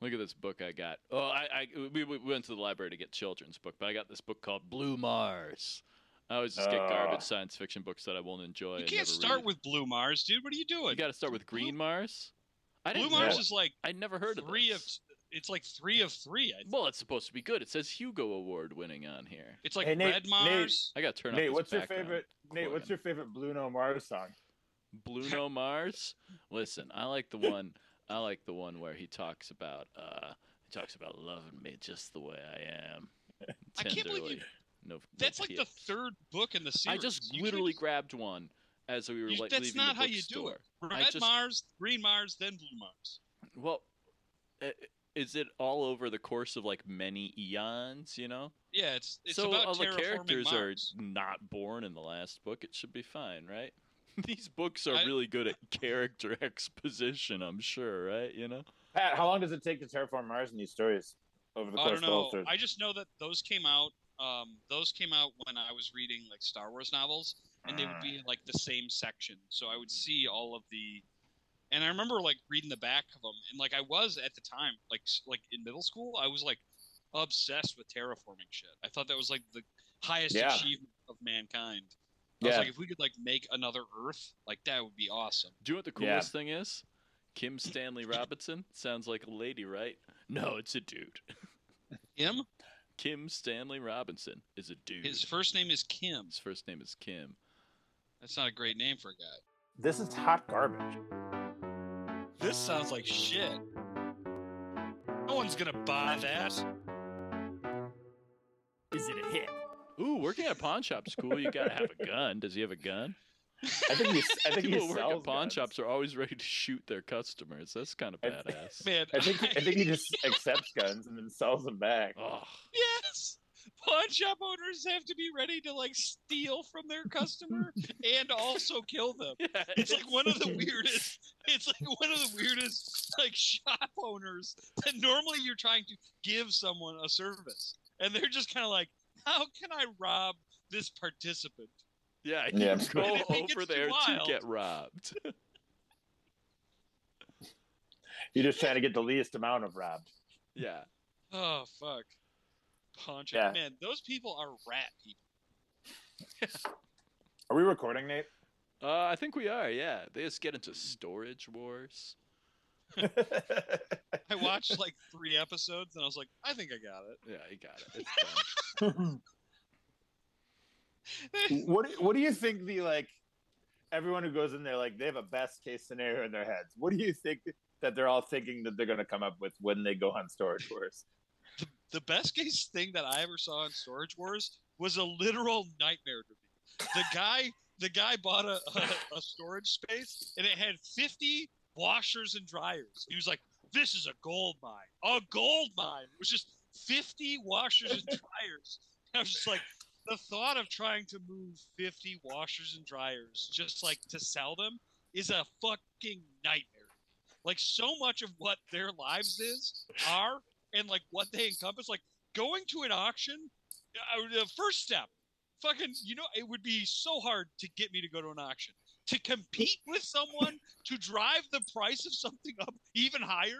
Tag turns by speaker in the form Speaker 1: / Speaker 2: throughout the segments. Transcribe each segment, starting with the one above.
Speaker 1: Look at this book I got. Oh, I, I we, we went to the library to get children's book, but I got this book called Blue Mars. I always just get
Speaker 2: Uh.
Speaker 1: garbage science fiction books that I won't enjoy.
Speaker 3: You
Speaker 1: and
Speaker 3: can't
Speaker 1: never
Speaker 3: start
Speaker 1: read.
Speaker 3: with Blue Mars, dude. What are you doing?
Speaker 1: You got to start with Green Mars. I
Speaker 3: Blue
Speaker 1: didn't
Speaker 3: Mars
Speaker 1: know.
Speaker 3: is like
Speaker 1: I'd never heard of
Speaker 3: three
Speaker 1: this.
Speaker 3: of. It's like three of three. I think.
Speaker 1: Well, it's supposed to be good. It says Hugo Award winning on here.
Speaker 3: It's like
Speaker 2: Hey, Nate-
Speaker 3: Red Mars.
Speaker 1: I got to turn
Speaker 2: Nate,
Speaker 1: off.
Speaker 2: what's
Speaker 1: this
Speaker 2: your
Speaker 1: background.
Speaker 2: favorite? Nate, what's your favorite Bruno Mars song?
Speaker 1: Bruno Mars? Listen, I like the one. I like the one where he talks about. Uh, he talks about loving me just the way I am.
Speaker 3: I
Speaker 1: Tenderly.
Speaker 3: can't believe you-
Speaker 1: No, no
Speaker 3: That's like the
Speaker 1: tears.
Speaker 3: third book in the series.
Speaker 1: I just
Speaker 3: You
Speaker 1: literally
Speaker 3: can't-
Speaker 1: grabbed one as we were
Speaker 3: you-
Speaker 1: like
Speaker 3: that's
Speaker 1: leaving
Speaker 3: not
Speaker 1: the
Speaker 3: how you do
Speaker 1: bookstore.
Speaker 3: it. Red
Speaker 1: just-
Speaker 3: Mars, Green Mars, then Blue Mars.
Speaker 1: Well, i- is it all over the course of like many eons? You know,
Speaker 3: Yeah, it's it's
Speaker 1: so
Speaker 3: about
Speaker 1: all the
Speaker 3: terraforming
Speaker 1: characters
Speaker 3: Mars.
Speaker 1: are not born in the last book. It should be fine, right? These books are
Speaker 3: I-
Speaker 1: really good at character exposition. I'm sure, right? You know.
Speaker 2: Pat, how long does it take to terraform Mars in these stories over the
Speaker 3: I
Speaker 2: course
Speaker 3: don't
Speaker 2: of the whole
Speaker 3: know.
Speaker 2: third?
Speaker 3: I just know that those came out. Um, those came out when I was reading like Star Wars novels, and they would be in like the same section. So I
Speaker 2: Hmm.
Speaker 3: would see all of the, and I remember like reading the back of them, and like I was at the time, like s- like in middle school, I was like obsessed with terraforming shit. I thought that was like the highest
Speaker 2: Yeah.
Speaker 3: achievement of mankind. I was
Speaker 2: Yeah.
Speaker 3: like, if we could like make another Earth, like that would be awesome.
Speaker 1: Do you know what the
Speaker 2: Yeah.
Speaker 1: coolest thing is? Kim Stanley Robinson sounds like a lady, right? No, it's a dude.
Speaker 3: Kim,
Speaker 1: Kim Stanley Robinson is a dude.
Speaker 3: his first name is Kim.
Speaker 1: His first name is Kim.
Speaker 3: That's not a great name for a guy.
Speaker 2: This is hot garbage.
Speaker 3: This sounds like shit. No one's gonna buy that.
Speaker 4: Is it a hit?
Speaker 1: Ooh, working at a pawn shop's cool. You gotta have a gun. Does he have a gun?
Speaker 2: I think he, I think he
Speaker 1: People who work
Speaker 2: sells
Speaker 1: at pawn
Speaker 2: guns.
Speaker 1: shops are always ready to shoot their customers. That's kind of
Speaker 2: I-
Speaker 1: badass.
Speaker 3: Man,
Speaker 2: I think I think he just accepts guns and then sells them back.
Speaker 1: Oh,
Speaker 3: yes. Pawn shop owners have to be ready to like steal from their customer and also kill them. It's like one of the weirdest. It's like one of the weirdest like shop owners that normally you're trying to give someone a service, and they're just kind of like, "How can I rob this participant?"
Speaker 1: yeah, you
Speaker 2: Yeah.
Speaker 3: And
Speaker 1: go
Speaker 3: if it gets
Speaker 1: over
Speaker 3: too
Speaker 1: there to
Speaker 3: wild-
Speaker 1: get robbed.
Speaker 2: You're just trying to get the least amount of robbed.
Speaker 1: Yeah.
Speaker 3: Oh fuck. Pawn shop
Speaker 2: Yeah.
Speaker 3: man, those people are rat people.
Speaker 2: Are we recording, Nate?
Speaker 1: Uh, I think we are. Yeah, they just get into storage wars.
Speaker 3: I watched like three episodes and I was like, I think I got
Speaker 1: Yeah, you got it. It's done.
Speaker 3: it.
Speaker 2: what do- What do you think the like? Everyone who goes in there, like they have a best case scenario in their heads. What do you think that they're all thinking that they're going to come up with when they go on storage wars?
Speaker 3: the best case thing that I ever saw in Storage Wars was a literal nightmare to me. The guy, the guy bought a, a, a storage space and it had 50 washers and dryers. He was like, "This is a gold mine, a gold mine." It was just 50 washers and dryers. And I was just like, the thought of trying to move 50 washers and dryers just like to sell them is a fucking nightmare. Like so much of what their lives is are and like what they encompass. Like going to an auction, uh, the first step, fucking, you know, it would be so hard to get me to go to an auction. To compete with someone to drive the price of something up even higher,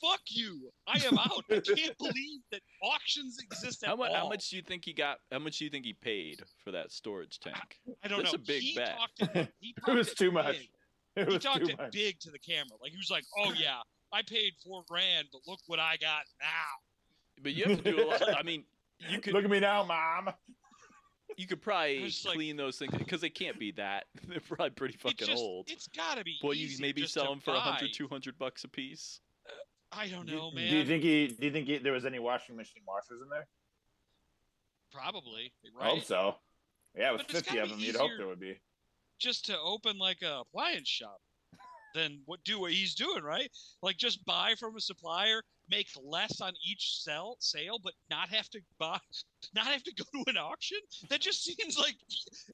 Speaker 3: fuck you. I am out. I can't believe that auctions exist at
Speaker 1: How, mu-
Speaker 3: all.
Speaker 1: how much do you think he got? How much do you think he paid for that storage tank?
Speaker 3: I don't
Speaker 1: That's
Speaker 3: know.
Speaker 1: a big
Speaker 3: he
Speaker 1: bet.
Speaker 3: Talked it, he talked
Speaker 2: was too
Speaker 3: big.
Speaker 2: much. It
Speaker 3: He
Speaker 2: was
Speaker 3: talked
Speaker 2: too
Speaker 3: it
Speaker 2: much.
Speaker 3: big to the camera. Like he was like, "Oh yeah, I paid four grand, but look what I got now."
Speaker 1: But you have to do a lot. I mean, you could
Speaker 2: Look at me now,
Speaker 3: Oh,
Speaker 2: mom.
Speaker 1: you could probably
Speaker 3: There's, like-
Speaker 1: clean those things because they can't be that. They're probably pretty
Speaker 3: It's
Speaker 1: fucking
Speaker 3: just,
Speaker 1: old.
Speaker 3: It's gotta be.
Speaker 1: Well, you
Speaker 3: easy
Speaker 1: maybe
Speaker 3: just
Speaker 1: sell
Speaker 3: to
Speaker 1: them for 100,
Speaker 3: buy.
Speaker 1: 200 bucks a piece.
Speaker 3: I don't
Speaker 2: Do-
Speaker 3: know, man.
Speaker 2: Do you think he? Do you think he, there was any washing machine washers in there?
Speaker 3: Probably
Speaker 2: I
Speaker 3: right.
Speaker 2: hope so. Yeah, with
Speaker 3: But it's
Speaker 2: fifty
Speaker 3: gotta
Speaker 2: of them,
Speaker 3: be
Speaker 2: you'd hope
Speaker 3: easier.
Speaker 2: there would be.
Speaker 3: Just to open like a appliance shop, then what do what he's doing right? Like just buy from a supplier, make less on each sell sale, but not have to buy, not have to go to an auction. That just seems like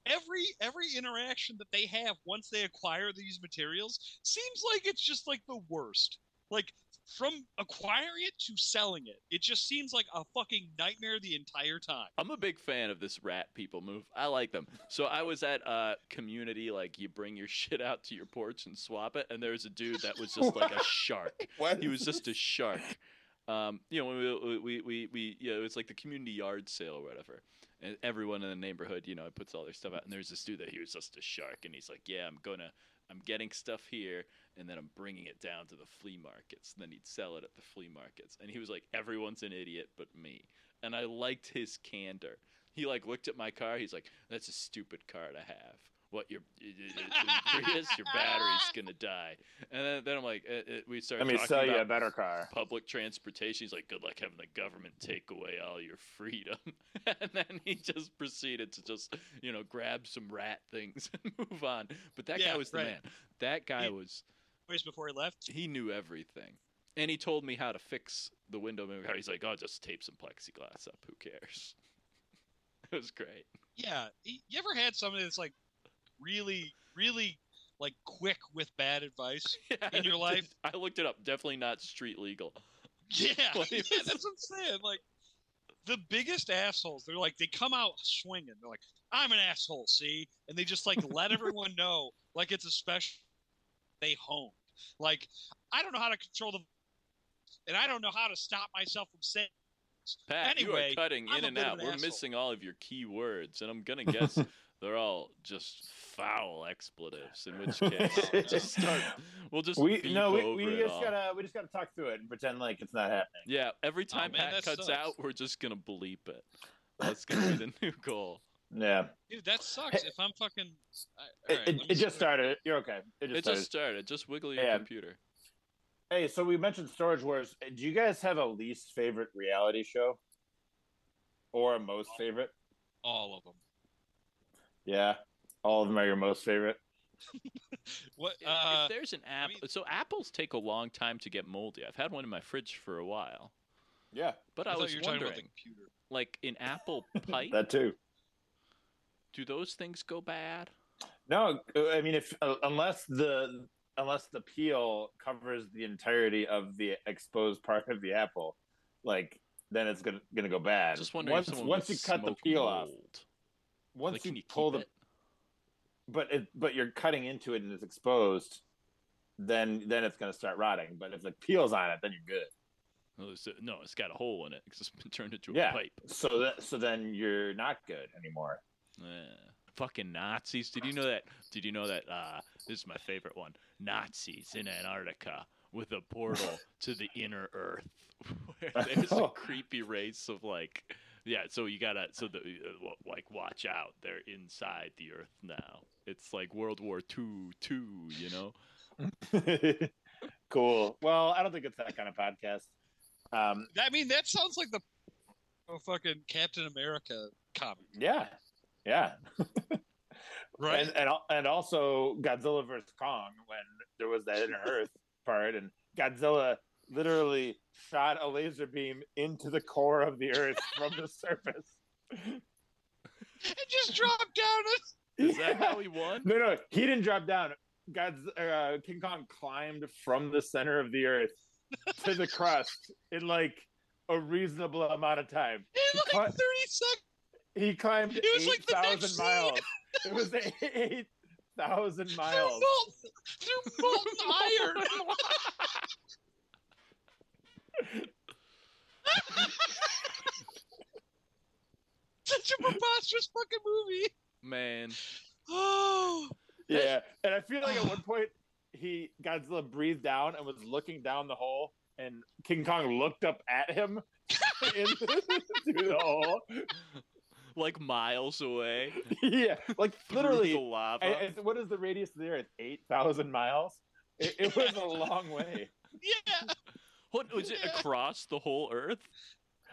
Speaker 3: every every interaction that they have once they acquire these materials seems like it's just like the worst. Like from acquiring it to selling it, it just seems like a fucking nightmare the entire time.
Speaker 1: I'm a big fan of this rat people move. I like them. So I was at a community like you bring your shit out to your porch and swap it, and there was a dude that was just like a shark.
Speaker 2: What?
Speaker 1: He was just a shark. um, you know, when we we we, we you know, it's like the community yard sale or whatever, and everyone in the neighborhood, you know, puts all their stuff out, and there's this dude that hears us to shark, and he's like, yeah, I'm gonna, I'm getting stuff here, and then I'm bringing it down to the flea markets, and then he'd sell it at the flea markets, and he was like, everyone's an idiot but me, and I liked his candor. He like looked at my car, he's like, that's a stupid car to have. What your Prius, your battery's gonna die, and then, then I'm like, uh, uh, we started.
Speaker 2: Let me
Speaker 1: talking
Speaker 2: sell you
Speaker 1: about
Speaker 2: a better car.
Speaker 1: public transportation. He's like, good luck having the government take away all your freedom. and then he just proceeded to just, you know, grab some rat things and move on. But that
Speaker 3: Yeah,
Speaker 1: guy was the
Speaker 3: right.
Speaker 1: man. That guy
Speaker 3: He-
Speaker 1: was,
Speaker 3: Ways before he left.
Speaker 1: he knew everything. And he told me how to fix the window. in my car. He's like, oh, just tape some plexiglass up. Who cares? it was great.
Speaker 3: Yeah. y- You ever had somebody that's like really, really like quick with bad advice?
Speaker 1: Yeah,
Speaker 3: In your
Speaker 1: I
Speaker 3: life?
Speaker 1: looked it- I looked it up. Definitely not street legal.
Speaker 3: Yeah.
Speaker 1: Like-
Speaker 3: yeah that's what I'm saying. Like the biggest assholes. They're like they come out swinging. They're like, I'm an asshole. See, and they just like let everyone know like it's a special. They honed. Like I don't know how to control the, and I don't know how to stop myself from saying.
Speaker 1: Pat, you
Speaker 3: Anyway,
Speaker 1: are cutting
Speaker 3: I'm
Speaker 1: in
Speaker 3: a
Speaker 1: and
Speaker 3: bit of
Speaker 1: out.
Speaker 3: an
Speaker 1: We're
Speaker 3: asshole.
Speaker 1: missing all of your key words, and I'm gonna guess they're all just foul expletives. In which case, we'll just start. We'll just
Speaker 2: We
Speaker 1: beep
Speaker 2: no,
Speaker 1: over
Speaker 2: we, we
Speaker 1: it
Speaker 2: just
Speaker 1: all.
Speaker 2: gotta we just gotta talk through it and pretend like it's not happening.
Speaker 1: Yeah, every time
Speaker 3: Oh, man,
Speaker 1: Pat
Speaker 3: that
Speaker 1: cuts
Speaker 3: sucks.
Speaker 1: out, we're just gonna bleep it. That's gonna be the new goal.
Speaker 2: Yeah,
Speaker 3: Dude, that sucks. If I'm fucking,
Speaker 2: it,
Speaker 3: I, all right,
Speaker 2: it,
Speaker 3: let me
Speaker 2: it just
Speaker 3: see.
Speaker 2: started. You're okay. It just
Speaker 1: It
Speaker 2: started.
Speaker 1: just started. Just wiggle your
Speaker 2: Yeah.
Speaker 1: computer.
Speaker 2: Hey, so we mentioned Storage Wars. Do you guys have a least favorite reality show, or a most favorite?
Speaker 3: all of them.
Speaker 2: Yeah, all of them are your most favorite.
Speaker 3: What?
Speaker 1: If-
Speaker 3: Uh,
Speaker 1: if there's an apple,
Speaker 3: we-
Speaker 1: so apples take a long time to get moldy. I've had one in my fridge for a while,
Speaker 2: Yeah,
Speaker 1: but
Speaker 3: I,
Speaker 1: I,
Speaker 3: thought
Speaker 1: was
Speaker 3: you were talking about the
Speaker 1: wondering,
Speaker 3: computer.
Speaker 1: like an apple pie,
Speaker 2: that too.
Speaker 1: do those things go bad?
Speaker 2: No, I mean if uh, unless the unless the peel covers the entirety of the exposed part of the apple, like then it's gonna gonna go bad.
Speaker 1: Just wondering
Speaker 2: once
Speaker 1: if someone
Speaker 2: once
Speaker 1: would
Speaker 2: you cut the
Speaker 1: smoke
Speaker 2: peel off,
Speaker 1: mold.
Speaker 2: once
Speaker 1: Like,
Speaker 2: you,
Speaker 1: can keep
Speaker 2: pull the
Speaker 1: it?
Speaker 2: but it but you're cutting into it and it's exposed, then then it's gonna start rotting. But if the peel's on it, then you're good.
Speaker 1: No, it's- Oh, no, it's got a hole in it 'cause it's been turned into a
Speaker 2: Yeah.
Speaker 1: pipe.
Speaker 2: So that so then you're not good anymore.
Speaker 1: Yeah. Fucking Nazis! Did you know that? Did you know that? Uh, this is my favorite one. Nazis in Antarctica with a portal to the inner Earth, where there's
Speaker 2: Oh.
Speaker 1: a creepy race of like, yeah. So you gotta, so the uh, w- like, watch out. They're inside the Earth now. It's like World War Two, two. You know.
Speaker 2: cool. Well, I don't think it's that kind of podcast. Um,
Speaker 3: I mean, that sounds like the oh, fucking Captain America comic,
Speaker 2: yeah, yeah.
Speaker 3: right?
Speaker 2: And, and al- and also Godzilla versus Kong when there was that inner Earth part, and Godzilla literally shot a laser beam into the core of the Earth from the surface.
Speaker 3: it just dropped down.
Speaker 1: Is that how we won?
Speaker 2: no, no, he didn't drop down. God's uh, King Kong climbed from the center of the Earth to the crust in like a reasonable amount of time.
Speaker 3: in like
Speaker 2: Cut.
Speaker 3: 30 seconds.
Speaker 2: He climbed
Speaker 3: It was like the next
Speaker 2: 8,000 miles. It was 8,000
Speaker 3: Through
Speaker 2: miles.
Speaker 3: molten, through molten iron. Such a preposterous fucking movie.
Speaker 1: Man,
Speaker 3: Oh,
Speaker 2: Yeah, and I feel like at one point he Godzilla breathed down and was looking down the hole, and King Kong looked up at him in, through the hole.
Speaker 1: like miles away.
Speaker 2: Yeah, like
Speaker 1: through the
Speaker 2: literally.
Speaker 1: lava.
Speaker 2: I- I- what is the radius of the Earth? Eight thousand miles. It, it was a long way.
Speaker 3: yeah.
Speaker 1: What was it
Speaker 3: Yeah.
Speaker 1: across the whole Earth?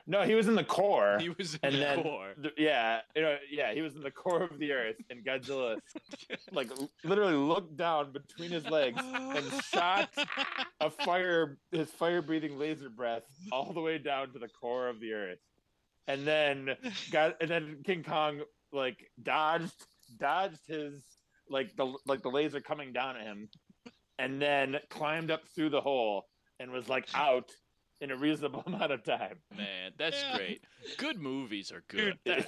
Speaker 2: No, he was in the core.
Speaker 1: He was in
Speaker 2: And
Speaker 1: the
Speaker 2: then-
Speaker 1: core.
Speaker 2: Th- Yeah, you know, yeah, he was in the core of the Earth, and Godzilla, like, literally looked down between his legs and shot a fire his fire breathing laser breath all the way down to the core of the earth and then got and then king kong like dodged dodged his like the like the laser coming down at him and then climbed up through the hole and was like out in a reasonable amount of time
Speaker 1: Man, that's
Speaker 3: Yeah.
Speaker 1: great. Good movies are good.
Speaker 3: Dude,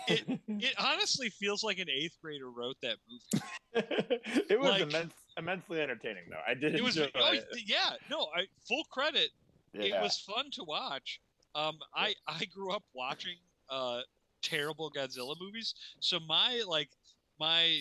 Speaker 3: It honestly feels like an eighth grader wrote that movie.
Speaker 2: it was
Speaker 3: Like-
Speaker 2: immense, immensely entertaining though i did
Speaker 3: It was,
Speaker 2: enjoy
Speaker 3: oh,
Speaker 2: it.
Speaker 3: yeah, no, I full credit
Speaker 2: Yeah.
Speaker 3: it was fun to watch. Um, I I grew up watching uh, terrible Godzilla movies, so my like my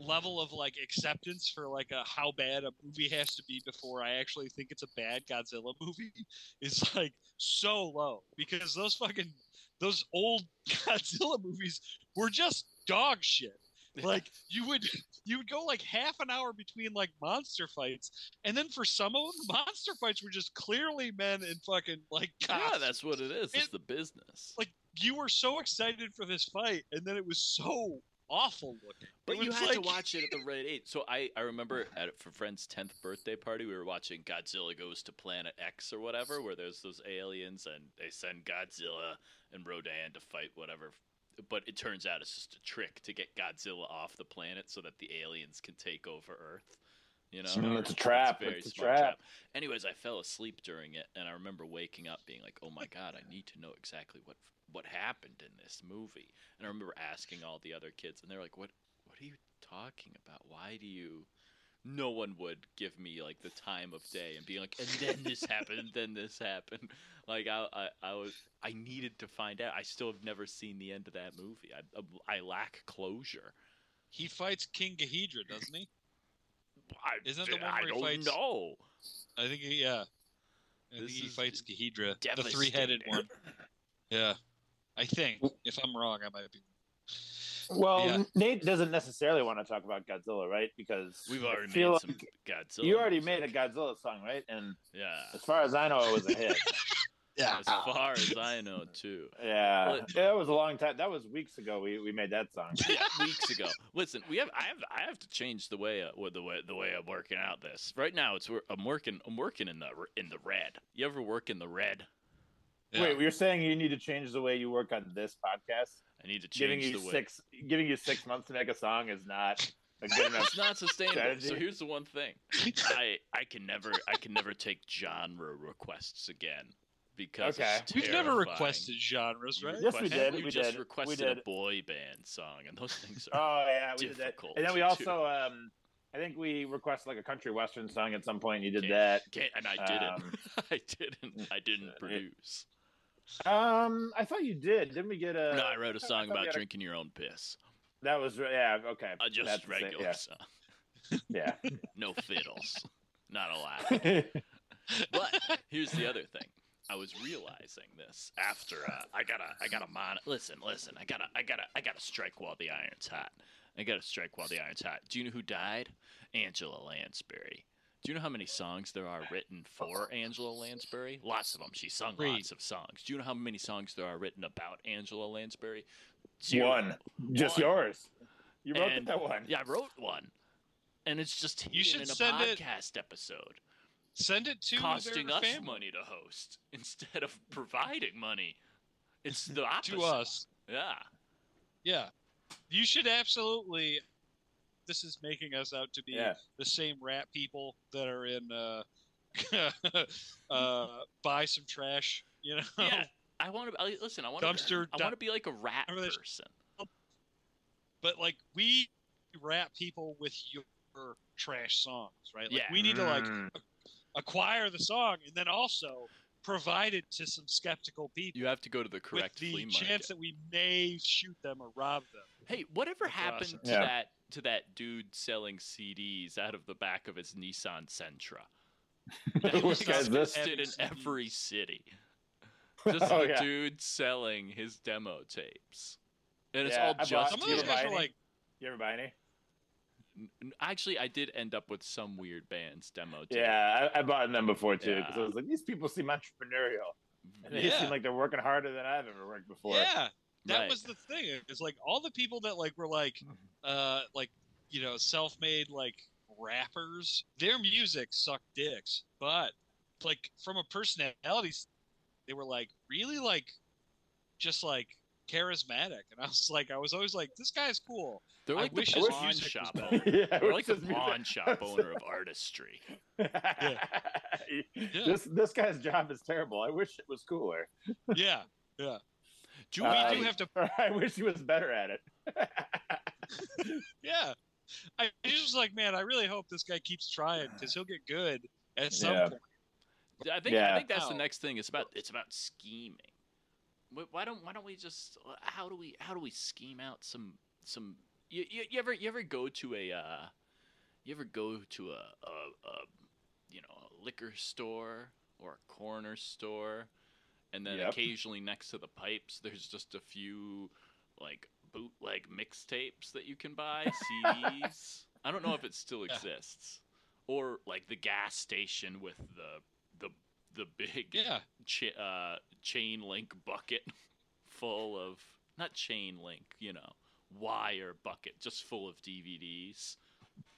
Speaker 3: level of like acceptance for like a how bad a movie has to be before I actually think it's a bad Godzilla movie is like so low because those fucking those old Godzilla movies were just dog shit. Like you would you would go like half an hour between like monster fights and then for some of them monster fights were just clearly men in fucking like
Speaker 1: Yeah,
Speaker 3: costumes.
Speaker 1: that's what it is. It's
Speaker 3: It-
Speaker 1: the business.
Speaker 3: like you were so excited for this fight and then it was so awful looking.
Speaker 1: But
Speaker 3: It
Speaker 1: you
Speaker 3: was
Speaker 1: had to
Speaker 3: like-
Speaker 1: watch it at the right age. So I, I remember at for friend's tenth birthday party, we were watching Godzilla Goes to Planet X or whatever, where there's those aliens and they send Godzilla and Rodan to fight whatever. But it turns out it's just a trick to get Godzilla off the planet so that the aliens can take over Earth. You know,
Speaker 2: Mm, it's a trap,
Speaker 1: very
Speaker 2: it's a
Speaker 1: smart
Speaker 2: trap.
Speaker 1: Anyways, I fell asleep during it, and I remember waking up being like, "Oh my god, I need to know exactly what what happened in this movie." And I remember asking all the other kids, and they're like, "What? What are you talking about? Why do you?" No one would give me like the time of day and be like, "And then this happened. Then this happened." Like I, I, I was, I needed to find out. I still have never seen the end of that movie. I, I lack closure.
Speaker 3: He fights King Ghidra, doesn't he?
Speaker 1: I,
Speaker 3: Isn't that the one
Speaker 1: I
Speaker 3: where he
Speaker 1: don't
Speaker 3: fights-
Speaker 1: know.
Speaker 3: I think he, yeah.
Speaker 1: This
Speaker 3: I think he
Speaker 1: is
Speaker 3: fights Ghidra, the three-headed
Speaker 1: Devastating.
Speaker 3: one. Yeah, I think. If I'm wrong, I might be.
Speaker 2: well,
Speaker 3: yeah.
Speaker 2: Nate doesn't necessarily want to talk about Godzilla, right? Because
Speaker 1: We've
Speaker 2: I
Speaker 1: already
Speaker 2: feel
Speaker 1: made some
Speaker 2: like
Speaker 1: Godzilla.
Speaker 2: you already
Speaker 1: movies. Uh.
Speaker 2: made a Godzilla song, right? And
Speaker 1: Yeah.
Speaker 2: as far as I know, it was a hit.
Speaker 1: As far as I know, too.
Speaker 2: yeah,
Speaker 1: Well-
Speaker 2: that was a long time. That was weeks ago. We we made that song.
Speaker 1: Yeah, weeks ago. Listen, we have I have I have to change the way uh, well, the way the way I'm working out this. Right now, it's where I'm working I'm working in the r- in the red. You ever work in the red?
Speaker 3: Yeah.
Speaker 2: Wait, you're saying you need to change the way you work on this podcast?
Speaker 1: I need to
Speaker 2: giving
Speaker 1: change
Speaker 2: you
Speaker 1: the way.
Speaker 2: six giving you six months to make a song is not a good enough
Speaker 1: It's not sustainable. so
Speaker 2: Strategy.
Speaker 1: here's the one thing. I I can never I can never take genre requests again because
Speaker 2: Okay.
Speaker 1: it's
Speaker 3: We've never
Speaker 1: terrifying.
Speaker 3: requested genres, right?
Speaker 2: Yes, we
Speaker 1: Request-
Speaker 2: did,
Speaker 1: You
Speaker 2: we
Speaker 1: just
Speaker 2: did, we
Speaker 1: requested a
Speaker 2: did.
Speaker 1: boy band song, and those things are
Speaker 2: oh yeah we did that
Speaker 1: Difficult
Speaker 2: and then we
Speaker 1: to-
Speaker 2: also um i think we requested like a country western song at some point and you did
Speaker 1: Can't, and I didn't.
Speaker 2: Um,
Speaker 1: I didn't. I didn't produce.
Speaker 2: that um i thought you did didn't we get a
Speaker 1: no, I wrote a
Speaker 2: Uh, thought
Speaker 1: song
Speaker 2: we
Speaker 1: about
Speaker 2: had a-
Speaker 1: drinking your own piss.
Speaker 2: that was yeah okay
Speaker 1: Uh, just
Speaker 2: That's the same,
Speaker 1: regular song.
Speaker 2: yeah,
Speaker 1: No fiddles. Not allowed.
Speaker 2: yeah.
Speaker 1: But here's the other thing. I was realizing this after uh, I gotta I gotta mon listen, listen, I gotta I gotta I gotta strike while the iron's hot. I gotta strike while the iron's hot. Do you know who died? Angela Lansbury. Do you know how many songs there are written for Angela Lansbury? Lots of them. She sung
Speaker 3: Three.
Speaker 1: lots of songs. Do you know how many songs there are written about Angela Lansbury? Zero.
Speaker 2: one just
Speaker 1: One.
Speaker 2: yours you wrote
Speaker 1: And-
Speaker 2: that one
Speaker 1: Yeah, I wrote one. And it's just hidden
Speaker 3: You should
Speaker 1: in a
Speaker 3: send it-
Speaker 1: podcast episode
Speaker 3: Send it to
Speaker 1: costing
Speaker 3: their
Speaker 1: us
Speaker 3: family,
Speaker 1: money to host instead of providing money. It's the opposite.
Speaker 3: to us.
Speaker 1: Yeah.
Speaker 3: Yeah, you should absolutely. This is making us out to be
Speaker 2: Yeah.
Speaker 3: the same rat people that are in. Uh, uh, buy some trash, you know.
Speaker 1: Yeah. I want to I, listen. I want
Speaker 3: Dumpster
Speaker 1: I
Speaker 3: dump-
Speaker 1: want to be like a rat
Speaker 3: Remember this-
Speaker 1: person.
Speaker 3: but like we rap people with your trash songs, right? Like
Speaker 1: Yeah.
Speaker 3: we need to like
Speaker 2: Mm.
Speaker 3: acquire the song and then also provide it to some skeptical people
Speaker 1: You have to go to the
Speaker 3: with
Speaker 1: correct flea
Speaker 3: the
Speaker 1: market.
Speaker 3: chance that we may shoot them or rob them.
Speaker 1: Hey, whatever
Speaker 3: That's
Speaker 1: happened
Speaker 3: awesome.
Speaker 1: to
Speaker 2: Yeah.
Speaker 1: that to that dude selling CDs out of the back of his Nissan Sentra? That
Speaker 2: What
Speaker 1: was
Speaker 2: guy's this?
Speaker 1: existed in
Speaker 3: Every
Speaker 1: every city. Just
Speaker 2: Oh,
Speaker 1: the
Speaker 2: yeah.
Speaker 1: dude selling his demo tapes, and it's
Speaker 2: Yeah, I
Speaker 1: all
Speaker 2: bought
Speaker 1: just.
Speaker 3: Some of
Speaker 2: Uh, you
Speaker 3: those
Speaker 2: ever
Speaker 3: guys
Speaker 2: buy
Speaker 3: are
Speaker 2: any?
Speaker 3: like,
Speaker 2: you ever buy any
Speaker 1: N- n- Actually, I did end up with some weird band's demo tape.
Speaker 2: yeah I, I bought them before too because
Speaker 1: Yeah.
Speaker 2: i was like these people seem entrepreneurial and they
Speaker 1: Yeah,
Speaker 2: seem like they're working harder than i've ever worked before
Speaker 3: yeah, that
Speaker 1: right. Mm-hmm.
Speaker 3: was the thing. It's like all the people that like were like, uh, like you know, self-made like rappers. Their music sucked dicks, but like from a personality, s- they were like really like, just like charismatic. And I was like, I was always like, this guy's cool.
Speaker 1: they're
Speaker 3: I
Speaker 1: like
Speaker 3: wish
Speaker 1: the
Speaker 3: his
Speaker 1: pawn
Speaker 3: music was
Speaker 1: shop
Speaker 3: better.
Speaker 1: owner.
Speaker 2: yeah,
Speaker 1: They're
Speaker 2: which
Speaker 1: like the
Speaker 2: is music.
Speaker 1: pawn shop owner of artistry.
Speaker 2: This this guy's job is terrible. I wish it was cooler.
Speaker 3: Yeah, yeah.
Speaker 1: Do
Speaker 3: We
Speaker 1: we
Speaker 2: Uh,
Speaker 1: do
Speaker 3: do have to.
Speaker 2: Or I wish he was better at it.
Speaker 3: Yeah, I I just was like, man, I really hope this guy keeps trying because he'll get good at some
Speaker 2: Yeah.
Speaker 3: point.
Speaker 1: I think I
Speaker 2: Yeah.
Speaker 1: think that's the
Speaker 3: How?
Speaker 1: next thing. It's about it's about scheming. Wh- Why don't why don't we just how do we how do we scheme out some some you, you, you ever you ever go to a uh, you ever go to a, a, a you know a liquor store or a corner store and then
Speaker 2: Yep.
Speaker 1: occasionally next to the pipes there's just a few like bootleg mixtapes that you can buy CDs. I don't know if it still
Speaker 3: Yeah.
Speaker 1: exists or like the gas station with the the the big
Speaker 3: Yeah.
Speaker 1: cha- uh, chain link bucket full of not chain link, you know, wire bucket just full of DVDs.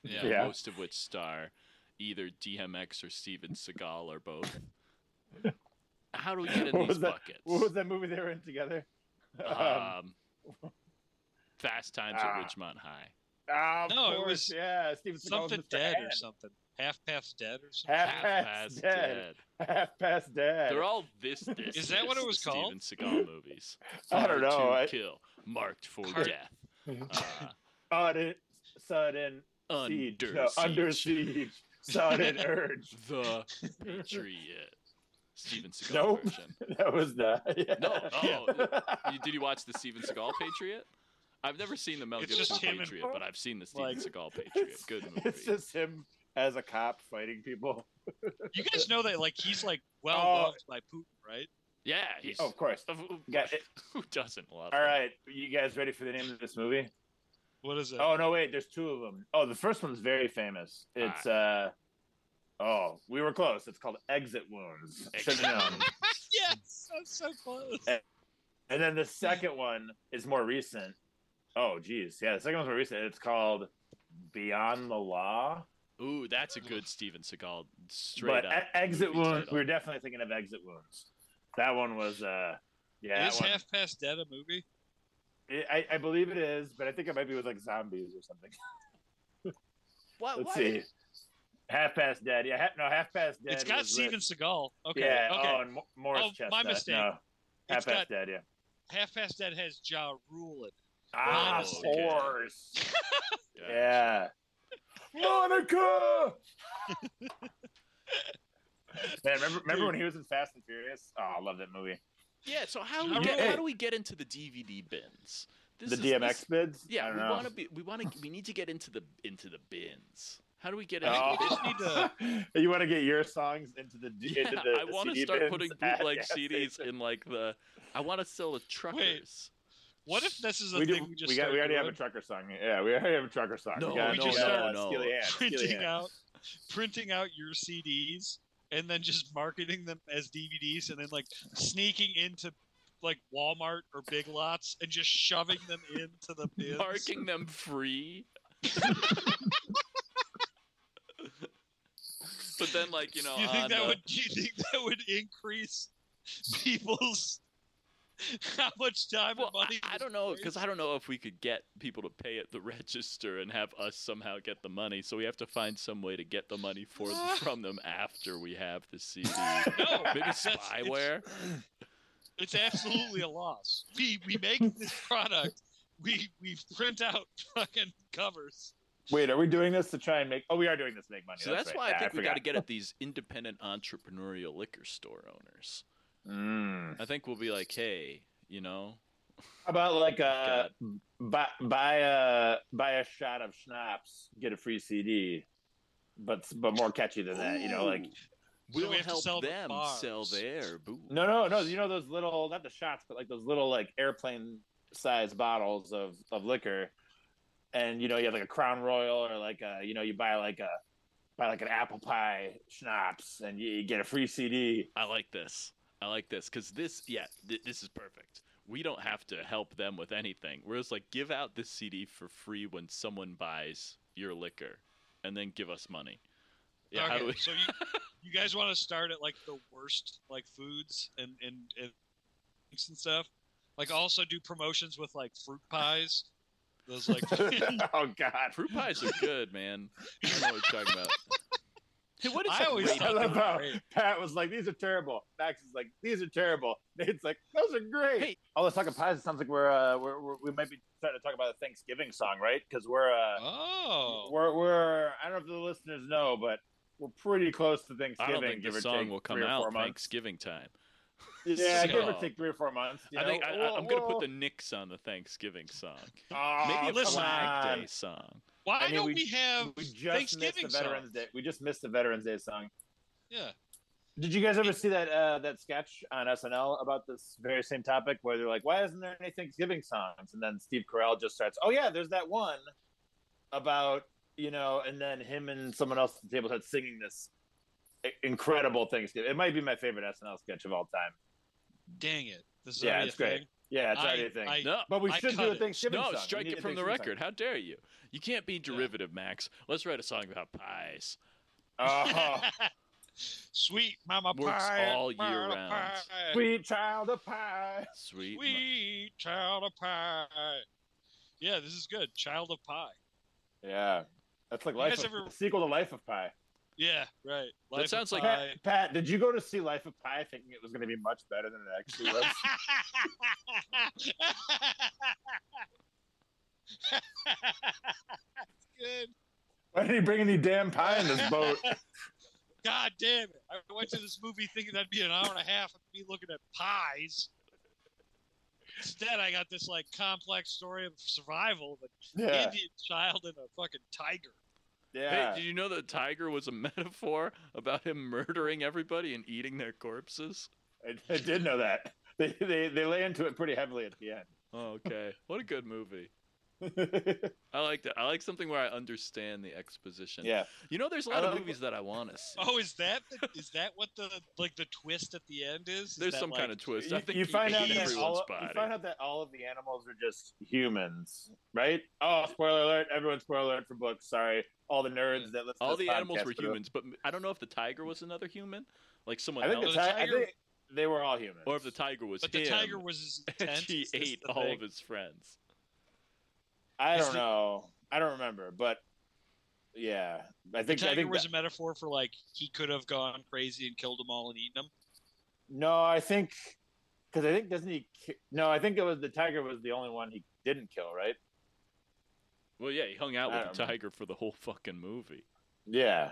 Speaker 3: Yeah.
Speaker 2: Yeah.
Speaker 1: most of which star either DMX or Steven Seagal or both. How do we get in
Speaker 2: What
Speaker 1: these
Speaker 2: was that-
Speaker 1: buckets?
Speaker 2: What was that movie they were in together? Um,
Speaker 1: Um, Fast Times
Speaker 2: ah.
Speaker 1: at Ridgemont High.
Speaker 2: ah, of
Speaker 3: no, it
Speaker 2: course,
Speaker 3: was "Oh,
Speaker 2: yeah, Steven Seagal's
Speaker 3: Something
Speaker 2: Mr.
Speaker 3: dead
Speaker 2: Ed.
Speaker 3: or something. Half past dead or something.
Speaker 2: Half
Speaker 1: Half
Speaker 2: past
Speaker 1: Past
Speaker 2: dead.
Speaker 1: Dead.
Speaker 2: Half past dead.
Speaker 1: They're all this, this.
Speaker 3: Is that what
Speaker 1: this,
Speaker 3: it was
Speaker 1: the
Speaker 3: called?
Speaker 1: Steven Seagal movies.
Speaker 2: I don't
Speaker 1: Hard
Speaker 2: know.
Speaker 1: To
Speaker 2: I,
Speaker 1: kill, marked for
Speaker 3: Hard-
Speaker 1: death. Uh,
Speaker 2: sudden, sudden siege.
Speaker 1: under,
Speaker 2: No,
Speaker 1: siege.
Speaker 2: under siege. Sudden urge.
Speaker 1: the Patriot. Steven Seagal
Speaker 2: Nope.
Speaker 1: version.
Speaker 2: That was the. Yeah.
Speaker 1: No. Oh,
Speaker 2: Yeah.
Speaker 1: you- did you watch the Steven Seagal Patriot? I've never seen the Mel
Speaker 3: It's
Speaker 1: Gibson
Speaker 3: just him and-
Speaker 1: Patriot, but I've seen the Steven
Speaker 2: Like,
Speaker 1: Seagal Patriot. Good movie.
Speaker 2: It's just him as a cop fighting people.
Speaker 3: You guys know that like he's like well
Speaker 2: Oh.
Speaker 3: loved by Putin, right?
Speaker 1: yeah, he's.
Speaker 2: Oh, of course.
Speaker 1: of- of-
Speaker 2: Got it.
Speaker 1: Who doesn't love?
Speaker 2: All
Speaker 1: him?
Speaker 2: right, you guys ready for the name of this movie?
Speaker 3: What is it?
Speaker 2: Oh no, wait, there's two of them. Oh, the first one's very famous.
Speaker 1: Ah.
Speaker 2: It's uh, oh, we were close. It's called Exit Wounds. Should've known.
Speaker 3: yes, that's so close.
Speaker 2: And then the
Speaker 3: Hmm.
Speaker 2: second one is more recent. Oh, geez, yeah, the second one's more recent. It's called Beyond the Law.
Speaker 1: Ooh, that's a good Steven Seagal. Straight
Speaker 2: But
Speaker 1: up.
Speaker 2: E- Exit
Speaker 1: movie
Speaker 2: Wounds,
Speaker 1: title.
Speaker 2: we were definitely thinking of Exit Wounds. That one was uh, yeah, that
Speaker 3: is
Speaker 2: one-
Speaker 3: Half Past Dead a movie?
Speaker 2: it- I, I believe it is, but I think it might be with like zombies or something.
Speaker 1: Why-
Speaker 2: Let's
Speaker 1: why-
Speaker 2: see. Half past dead. Yeah, ha- no, half past dead.
Speaker 3: it's got
Speaker 2: was
Speaker 3: Steven
Speaker 2: with-
Speaker 3: Seagal. Okay,
Speaker 2: Yeah.
Speaker 3: okay.
Speaker 2: Oh, and Mo- Morris
Speaker 3: Oh,
Speaker 2: Chestnut.
Speaker 3: my mistake.
Speaker 2: No, half past
Speaker 3: It's got-
Speaker 2: dead. Yeah.
Speaker 3: Half Past Dead has Ja Rule in it.
Speaker 2: Ah, of
Speaker 1: mistake.
Speaker 2: course.
Speaker 1: Yeah.
Speaker 2: yeah. Monica. Man, remember, remember when he was in Fast and Furious? Oh, I love that movie.
Speaker 1: Yeah, so how do
Speaker 3: How
Speaker 1: we
Speaker 3: do
Speaker 1: get,
Speaker 2: we-
Speaker 1: how do we get into the DVD bins? This
Speaker 2: the
Speaker 1: is-
Speaker 2: DMX
Speaker 1: this-
Speaker 2: bids? I
Speaker 1: yeah,
Speaker 2: don't
Speaker 1: we
Speaker 2: know.
Speaker 1: want to be. We want to. We need to get into the into the bins. How do we get into?
Speaker 3: I
Speaker 1: the
Speaker 3: think we
Speaker 1: bins?
Speaker 3: just need
Speaker 2: Oh. you want to get your songs into the D-
Speaker 1: Yeah,
Speaker 2: into the
Speaker 1: I want to
Speaker 2: CD
Speaker 1: start
Speaker 2: bins
Speaker 1: putting
Speaker 2: at
Speaker 1: bootleg
Speaker 2: gas
Speaker 1: CDs
Speaker 2: stations.
Speaker 1: in like the. I want to sell the truckers.
Speaker 3: What if this is a
Speaker 2: we
Speaker 3: thing
Speaker 2: do,
Speaker 3: we just
Speaker 2: we, got,
Speaker 3: start
Speaker 2: we already have a
Speaker 3: doing?
Speaker 2: trucker song. Yeah, we already have a trucker song.
Speaker 1: No,
Speaker 2: got,
Speaker 3: we just
Speaker 2: got,
Speaker 1: don't
Speaker 2: uh,
Speaker 1: know.
Speaker 2: Steely Ann, Steely
Speaker 3: printing
Speaker 2: Ann.
Speaker 3: out printing out your CDs and then just marketing them as DVDs and then like sneaking into like Walmart or Big Lots and just shoving them into the bins.
Speaker 1: Marking them free. but then, like you know,
Speaker 3: do you
Speaker 1: on
Speaker 3: think that
Speaker 1: the-
Speaker 3: would do you think that would increase people's how much time
Speaker 1: Well,
Speaker 3: and money?
Speaker 1: I, I
Speaker 3: was
Speaker 1: don't know because
Speaker 3: wasted?
Speaker 1: I don't know if we could get people to pay at the register and have us somehow get the money. So we have to find some way to get the money for from them after we have the CD.
Speaker 3: no,
Speaker 1: Maybe
Speaker 3: that's- it's-
Speaker 1: spyware.
Speaker 3: It's absolutely a loss. We we make this product. We we print out fucking covers.
Speaker 2: Wait, are we doing this to try and make? Oh, we are doing this to make money.
Speaker 1: So that's
Speaker 2: right.
Speaker 1: why
Speaker 2: Yeah,
Speaker 1: I think we
Speaker 2: forgot.
Speaker 1: got to get at these independent entrepreneurial liquor store owners.
Speaker 2: Mm.
Speaker 1: I think we'll be like, hey, you know,
Speaker 2: How about like uh,
Speaker 1: God.
Speaker 2: buy buy a buy a shot of schnapps, get a free CD, but but more catchy than that, you know, like
Speaker 3: Oh.
Speaker 1: Ooh,
Speaker 3: we
Speaker 1: we'll
Speaker 3: have to
Speaker 1: help
Speaker 3: sell the
Speaker 1: them sell
Speaker 3: bars.
Speaker 1: their booze.
Speaker 2: no, no, no, you know those little not the shots, but like those little like airplane size bottles of of liquor, and you know you have like a Crown Royal or like a you know you buy like a buy like an apple pie schnapps and you, you get a free CD.
Speaker 1: I like this. I like this because this, yeah, th- this is perfect. We don't have to help them with anything. We're just like, give out this CD for free when someone buys your liquor, and then give us money. Yeah, how
Speaker 3: okay,
Speaker 1: do we?
Speaker 3: so you, you guys want to start at like the worst like foods and and and, drinks and stuff. Like also do promotions with like fruit pies. Those like
Speaker 2: oh God.
Speaker 1: Fruit pies are good, man. I know what you're talking about. Hey, what is
Speaker 3: I
Speaker 1: that
Speaker 3: always
Speaker 1: rating?
Speaker 2: I
Speaker 3: thought they
Speaker 2: love
Speaker 3: were
Speaker 2: how
Speaker 3: great.
Speaker 2: Pat was like, "These are terrible." Max is like, "These are terrible." Nate's like, "Those are great."
Speaker 1: Hey.
Speaker 2: All this talk of pies. It sounds like we're, uh, we're, we're we might be starting to talk about a Thanksgiving song, right? Because we're uh,
Speaker 3: Oh.
Speaker 2: we're we're I don't know if the listeners know, but we're pretty close to Thanksgiving.
Speaker 1: I don't think
Speaker 2: give
Speaker 1: the
Speaker 2: or
Speaker 1: song
Speaker 2: take
Speaker 1: will come
Speaker 2: three or
Speaker 1: out
Speaker 2: four months.
Speaker 1: Thanksgiving time.
Speaker 2: Yeah, give or
Speaker 1: So-
Speaker 2: take three or four months. you
Speaker 1: I think
Speaker 2: know?
Speaker 1: I, I-
Speaker 2: Well,
Speaker 1: I'm gonna
Speaker 2: well,
Speaker 1: put the Knicks on the Thanksgiving song.
Speaker 2: oh,
Speaker 1: Maybe a
Speaker 2: come
Speaker 3: listen,
Speaker 1: Flag
Speaker 2: on.
Speaker 1: Day song.
Speaker 3: Why
Speaker 2: I mean,
Speaker 3: don't we,
Speaker 2: we-
Speaker 3: have
Speaker 2: We just missed
Speaker 3: Thanksgiving
Speaker 2: the Veterans
Speaker 3: songs?
Speaker 2: Day. We just missed the Veterans Day song.
Speaker 3: Yeah.
Speaker 2: Did you guys ever see that uh, that sketch on SNL about this very same topic where they're like, "Why isn't there any Thanksgiving songs?" And then Steve Carell just starts, "Oh yeah, there's that one about you know," and then him and someone else at the table had singing this i- incredible Thanksgiving. It might be my favorite SNL sketch of all time.
Speaker 3: Dang it. This is
Speaker 2: Yeah,
Speaker 3: already
Speaker 2: it's
Speaker 3: a
Speaker 2: great.
Speaker 3: thing.
Speaker 2: Yeah, it's
Speaker 3: I-
Speaker 2: already a thing.
Speaker 3: I-
Speaker 1: No,
Speaker 2: but we
Speaker 3: I
Speaker 2: should
Speaker 3: cut
Speaker 2: do a
Speaker 3: it.
Speaker 2: Thanksgiving
Speaker 1: no,
Speaker 2: song. We
Speaker 1: strike
Speaker 2: need
Speaker 1: it
Speaker 2: a
Speaker 1: from the
Speaker 2: Thanksgiving
Speaker 1: record. How dare you? You can't be
Speaker 3: Yeah.
Speaker 1: derivative, Max. Let's write a song about pies.
Speaker 2: song. Oh,
Speaker 3: Sweet mama
Speaker 1: Works
Speaker 3: pie.
Speaker 1: all year
Speaker 3: mama
Speaker 1: round.
Speaker 3: pie.
Speaker 2: sweet child of pie.
Speaker 1: Sweet. mo-
Speaker 3: Sweet child of pie. Yeah, this is good. Child of pie.
Speaker 2: Yeah, that's like
Speaker 3: You
Speaker 2: life.
Speaker 3: guys
Speaker 2: Of,
Speaker 3: ever-
Speaker 2: Sequel to Life of Pie.
Speaker 3: Yeah, right.
Speaker 1: That
Speaker 3: Life of
Speaker 1: sounds like-
Speaker 3: Pi.
Speaker 2: Pat, Pat, did you go to see Life of Pi thinking it was going to be much better than it actually was?
Speaker 3: Good.
Speaker 2: Why did he bring any damn pie in this boat?
Speaker 3: God damn it. I went to this movie thinking that'd be an hour and a half of me looking at pies. Instead, I got this like complex story of survival of an
Speaker 2: Yeah,
Speaker 3: Indian child and a fucking tiger.
Speaker 2: yeah.
Speaker 1: Hey, did you know the tiger was a metaphor about him murdering everybody and eating their corpses?
Speaker 2: I, I did know that. They, they they lay into it pretty heavily at the
Speaker 1: Oh, okay. what a good movie.
Speaker 2: end.
Speaker 1: I like that. I like something where I understand the exposition.
Speaker 2: yeah,
Speaker 1: You know, there's a
Speaker 2: I
Speaker 1: lot of
Speaker 2: like-
Speaker 1: movies that I want to see.
Speaker 3: Oh, is that the, is that what the like the twist at the end is? Is
Speaker 1: there's
Speaker 3: that,
Speaker 1: some
Speaker 3: like,
Speaker 1: kind of twist. I
Speaker 2: you,
Speaker 1: think
Speaker 2: you
Speaker 1: he
Speaker 2: find out
Speaker 1: ate
Speaker 2: that
Speaker 1: everyone's
Speaker 2: all
Speaker 1: body.
Speaker 2: you find out that all of the animals are just humans, right? Oh, spoiler alert! Everyone, spoiler alert for books. Sorry, all the nerds that listen. to
Speaker 1: all
Speaker 2: this
Speaker 1: the animals
Speaker 2: podcast,
Speaker 1: were
Speaker 2: but-
Speaker 1: humans, but m- I don't know if the tiger was another human, like someone
Speaker 2: I think,
Speaker 1: else,
Speaker 2: the
Speaker 3: No,
Speaker 2: ti-
Speaker 3: the
Speaker 2: I
Speaker 3: tiger-
Speaker 2: think they were all humans.
Speaker 1: or if the tiger was
Speaker 3: But
Speaker 1: him.
Speaker 3: the tiger was his
Speaker 1: and
Speaker 3: intent.
Speaker 1: he
Speaker 3: Is this
Speaker 1: ate
Speaker 3: the
Speaker 1: all
Speaker 3: thing?
Speaker 1: of his friends.
Speaker 2: I
Speaker 3: is
Speaker 2: don't
Speaker 3: the-
Speaker 2: know. I don't remember, but yeah, I
Speaker 3: The
Speaker 2: think I
Speaker 3: tiger
Speaker 2: think
Speaker 3: was
Speaker 2: that-
Speaker 3: a metaphor for like he could have gone crazy and killed them all and eaten them.
Speaker 2: no, I think because I think doesn't he? ki- No, I think it was the tiger was the only one he didn't kill, right?
Speaker 1: Well, yeah, he hung out
Speaker 2: I
Speaker 1: with the
Speaker 2: don't know.
Speaker 1: tiger for the whole fucking movie.
Speaker 2: Yeah,